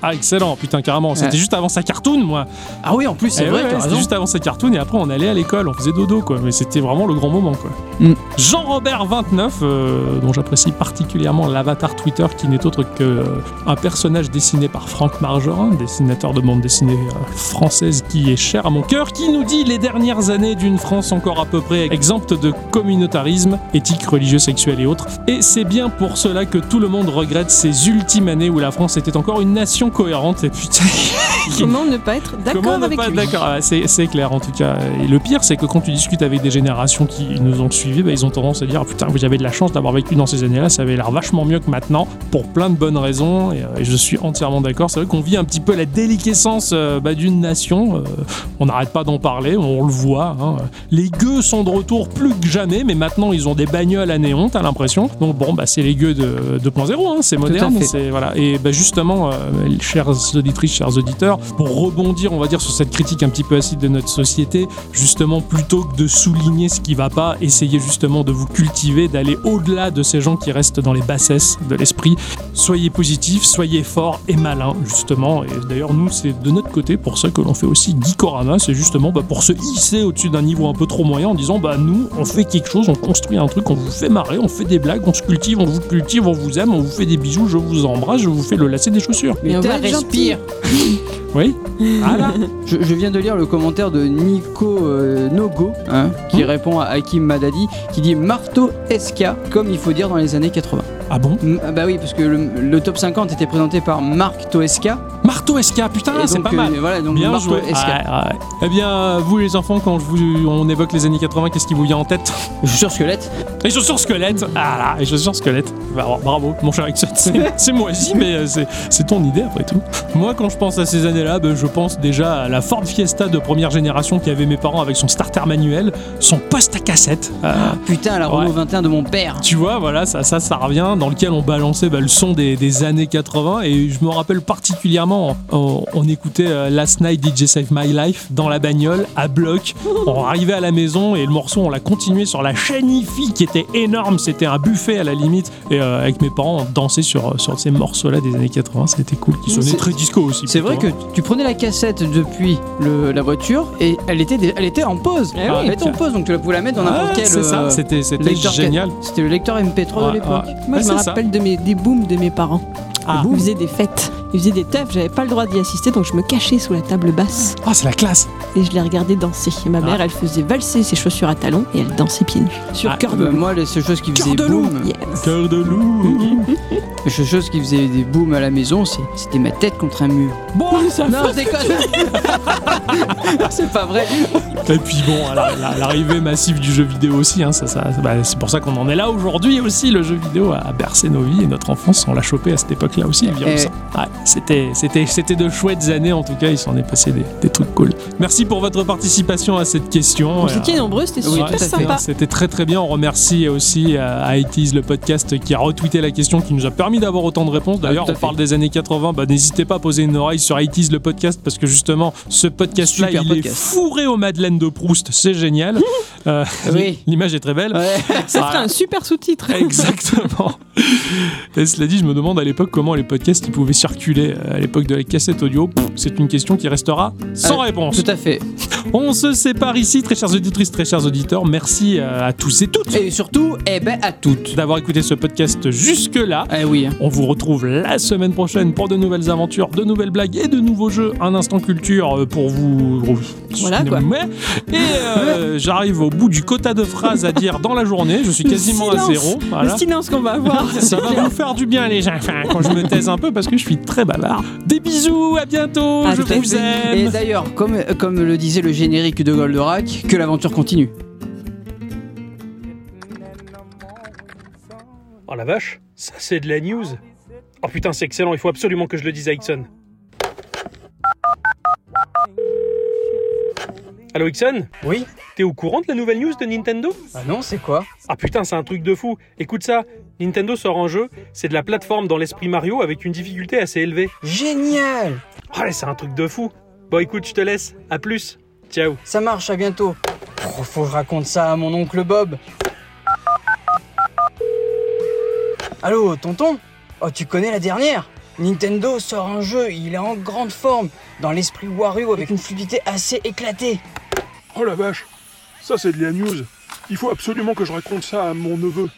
Ah, excellent, putain, carrément. C'était
Ouais.
juste avant sa cartoon, moi.
Ah oui, en plus, c'est
Eh
vrai,
ouais,
t'as
c'était
raison.
juste avant sa cartoon et après on allait à l'école, on faisait dodo quoi. Mais c'était vraiment le grand moment quoi.
Mm.
Jean-Robert 29, euh, dont j'apprécie particulièrement l'avatar Twitter qui n'est autre que euh, un personnage dessiné par Franck Margerin, dessinateur de bande dessinée euh, française qui est cher à mon cœur, qui nous dit les dernières années d'une France encore à peu près exempte de communautarisme, éthique, religieux, sexuel et autres. Et c'est bien pour cela que tout le monde regrette ces ultimes années où la France était encore une nation cohérente et putain.
Comment ne pas être
Comment
d'accord
ne
avec
pas être
lui
d'accord Ah, c'est, c'est clair en tout cas. Et le pire, c'est que quand tu discutes avec des générations qui nous ont suivis, bah, ils ont tendance à dire Ah, putain, vous avez de la chance d'avoir vécu dans ces années-là, ça avait l'air vachement mieux que maintenant, pour plein de bonnes raisons. Et, euh, et je suis entièrement d'accord. C'est vrai qu'on vit un petit peu la déliquescence euh, bah, d'une nation. Euh, on n'arrête pas d'en parler, on le voit. hein. Les gueux sont de retour plus que jamais, mais maintenant ils ont des bagnoles à néon, t'as l'impression. Donc bon, bah, c'est les gueux de 2.0, hein, c'est moderne.
fait.
c'est- Voilà. Et bah, justement, euh, chères auditrices, chers auditeurs, pour rebondir, on va dire, sur cette critique un petit peu acide de notre société, justement, plutôt que de souligner ce qui va pas, essayez justement de vous cultiver, d'aller au-delà de ces gens qui restent dans les bassesses de l'esprit. Soyez positifs, soyez forts et malins, justement. Et d'ailleurs, nous, c'est de notre côté pour ça que l'on fait aussi Geekorama, c'est justement bah, pour se hisser au-dessus d'un niveau un peu trop moyen en disant bah nous, on fait quelque chose, on construit un truc, on vous fait marrer, on fait des blagues, on se cultive, on vous cultive, on vous aime, on vous fait des bisous, je vous embrasse, je vous fais le lacet des chaussures.
Mais on
Putain,
va être
respire.
Oui Ah là
Je, je viens de lire le commentaire de Nico euh, Nogo, hein, qui répond à Hakim Madadi, qui dit marteau SK, comme il faut dire dans les années 80.
Ah bon
M- ah bah oui, parce que le, le top 50 était présenté par Marc Toesca.
Marteau SK, putain,
et
Ah, c'est
donc,
pas
euh,
mal
voilà, donc
Bien
marteau
joué.
SK.
Ouais, ouais. Eh bien, vous les enfants, quand je vous, on évoque les années 80, qu'est-ce qui vous vient en tête
Chaussures squelette.
Les chaussures squelettes Ah là, les chaussures squelettes Bah, alors, Bravo, mon cher Ixon, c'est c'est moisi, mais euh, c'est- c'est ton idée après tout. Moi, quand je pense à ces années-là, bah, je pense déjà à la Ford Fiesta de première génération qu'avaient mes parents avec son starter manuel, son poste à cassette. Euh,
Putain, la
Ouais.
Renault 21 de mon père.
tu vois, voilà, ça, ça, ça revient. 80 dans lequel on balançait bah, le son des, des années 80 et je me rappelle particulièrement on, on écoutait euh, Last Night DJ Save My Life dans la bagnole à bloc on arrivait à la maison et le morceau on l'a continué sur la chaîne hi-fi qui était énorme c'était un buffet à la limite et euh, avec mes parents on dansait sur, sur ces morceaux là des années 80 c'était cool qui sonnaient
C'est-
très disco aussi
C'est vrai
plutôt,
que tu prenais la cassette depuis le- la voiture et elle était, dé- elle était en pause.
Eh oui.
Elle était en pause, donc tu la pouvais la mettre dans
hein.
n'importe
Ouais,
quel.
c'est ça
euh,
c'était c'était
lecteur
génial
C'était le lecteur MP3
Ouais,
de l'époque.
ouais.
Moi,
Ah,
je me
c'est ça.
rappelle de mes, des booms de mes parents.
Ah.
Ils faisaient des fêtes, ils faisaient des teufs, j'avais pas le droit d'y assister, donc je me cachais sous la table basse
ah c'est la classe
et je les regardais danser. Et
Ah.
ma mère, elle faisait valser ses chaussures à talons et elle dansait pieds nus. Sur
Ah,
Ah
cœur
bah,
de
moi, les seules choses qui faisaient
de loup.
boom,
Yes.
cœur de loup
les seules choses qui faisaient des booms à la maison, c'est- c'était ma tête contre un mur.
bon ça
Non, je déconne. c'est pas vrai.
Et puis bon, à la- la- l'arrivée massive du jeu vidéo aussi, hein, ça, ça, bah, c'est pour ça qu'on en est là aujourd'hui aussi. Le jeu vidéo a, a bercé nos vies et notre enfance, on l'a chopé à cette époque-là aussi, le virus. Ouais, c'était, c'était, c'était de chouettes années en tout cas, il s'en est passé des, des trucs cool. Merci pour votre participation à cette question.
Vous étiez
Euh,
nombreux, c'était
Oui,
super
tout à fait.
sympa.
c'était très très bien. On remercie aussi à IT's le podcast qui a retweeté la question, qui nous a permis d'avoir autant de réponses. D'ailleurs,
Ah, tout à
on
fait.
parle des années 80. Bah, n'hésitez pas à poser une oreille sur IT's le podcast parce que justement, ce podcast-là,
Super
il est
podcast.
fourré aux madeleines de Proust. C'est génial. Euh,
Oui.
L'image est très belle.
Ouais.
Ça ferait
Ah.
un super sous-titre.
Exactement. Et cela dit, je me demande à l'époque comment les podcasts ils pouvaient circuler. euh, À l'époque de la cassette audio, pff, c'est une question qui restera sans
Ah,
réponse.
Tout à fait.
On se sépare ici, très chères auditrices, très chers auditeurs. Merci euh, à tous et toutes.
Et surtout, eh ben à toutes.
d'avoir écouté ce podcast jusque-là.
Ah oui. hein.
On vous retrouve la semaine prochaine pour de nouvelles aventures, de nouvelles blagues et de nouveaux jeux. Un instant culture euh, pour vous.
Voilà, quoi.
Mais- Et euh, j'arrive au bout du quota de phrases à dire dans la journée. Je suis
Le
quasiment à
silence.
zéro. Voilà.
Le silence qu'on va avoir.
Ça va vous faire du bien les gens enfin, quand je me taise un peu parce que je suis très bavard. Des bisous, à bientôt,
À
je
très
vous
vite.
Et
aime.
d'ailleurs, comme, comme le disait le générique de Goldorak, que l'aventure continue.
Oh la vache, ça c'est de la news. Oh putain, c'est excellent, il faut absolument que je le dise à Ixon. Allô Ixon
Oui
T'es au courant de la nouvelle news de Nintendo
Ah non, c'est quoi
Ah putain, c'est un truc de fou. Écoute ça, Nintendo sort un jeu, c'est de la plateforme dans l'esprit Mario avec une difficulté assez élevée.
Génial
Oh là, c'est un truc de fou. Bon écoute, je te laisse, à plus. Ciao.
Ça marche, à bientôt. Oh, faut que je raconte ça à mon oncle Bob. Allô, tonton Oh, tu connais la dernière Nintendo sort un jeu, il est en grande forme, dans l'esprit Wario avec une fluidité assez éclatée.
Oh la vache, ça c'est de la news. Il faut absolument que je raconte ça à mon neveu.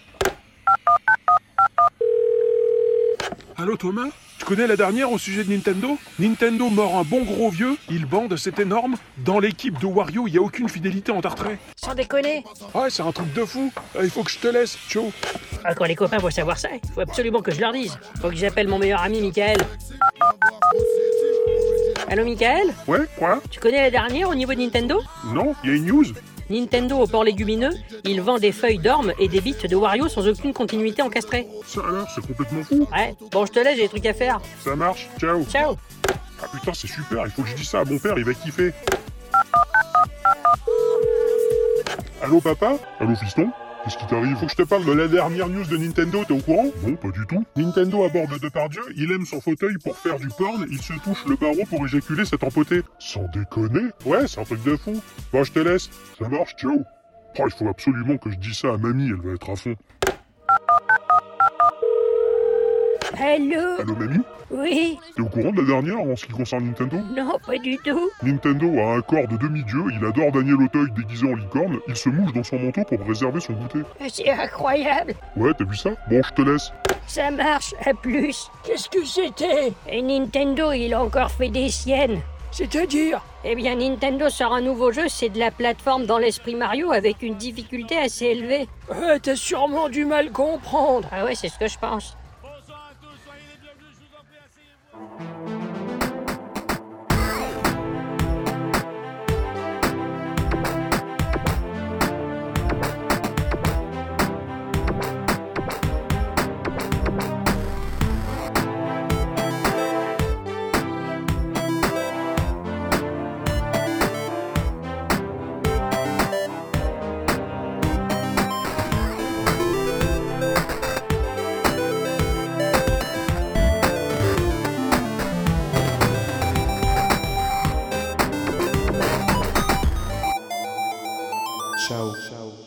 Allô Thomas Tu connais la dernière au sujet de Nintendo Nintendo mord un bon gros vieux, il bande, c'est énorme. Dans l'équipe de Wario, il n'y a aucune fidélité en tartret.
Sans déconner.
Ouais, c'est un truc de fou. Euh, Il faut que je te laisse, ciao.
Ah, quand les copains vont savoir ça, il faut absolument que je leur dise. Faut que j'appelle mon meilleur ami Michael. Allô Michael
Ouais, quoi
Tu connais la dernière au niveau de Nintendo
Non, il y a une news
Nintendo au port légumineux, il vend des feuilles d'orme et des bits de Wario sans aucune continuité encastrée.
Ça alors, c'est complètement fou.
Ouais, bon je te laisse, j'ai des trucs à faire.
Ça marche, ciao.
Ciao
Ah putain, c'est super, il faut que je dise ça à mon père, il va kiffer. Allô papa Allô fiston Qu'est-ce qui t'arrive Faut que je te parle de la dernière news de Nintendo, t'es au courant Non, pas du tout. Nintendo aborde Depardieu, il aime son fauteuil pour faire du porn, il se touche le barreau pour éjaculer sa empotée. Sans déconner Ouais, c'est un truc de fou. Bon, je te laisse. Ça marche, ciao. Oh, il faut absolument que je dise ça à mamie, elle va être à fond.
Allô
Allô mamie
Oui
T'es au courant de la dernière en ce qui concerne Nintendo
Non, pas du tout
Nintendo a un corps de demi-dieu, il adore Daniel Auteuil déguisé en licorne, il se mouche dans son manteau pour préserver son goûter.
C'est incroyable
Ouais, t'as vu ça Bon, je te laisse.
Ça marche, à plus. Qu'est-ce que c'était Et Nintendo, il a encore fait des siennes. C'est-à-dire Eh bien, Nintendo sort un nouveau jeu, c'est de la plateforme dans l'esprit Mario avec une difficulté assez élevée. Euh, t'as sûrement du mal comprendre. Ah ouais, c'est ce que je pense.
Ciao. Ciao.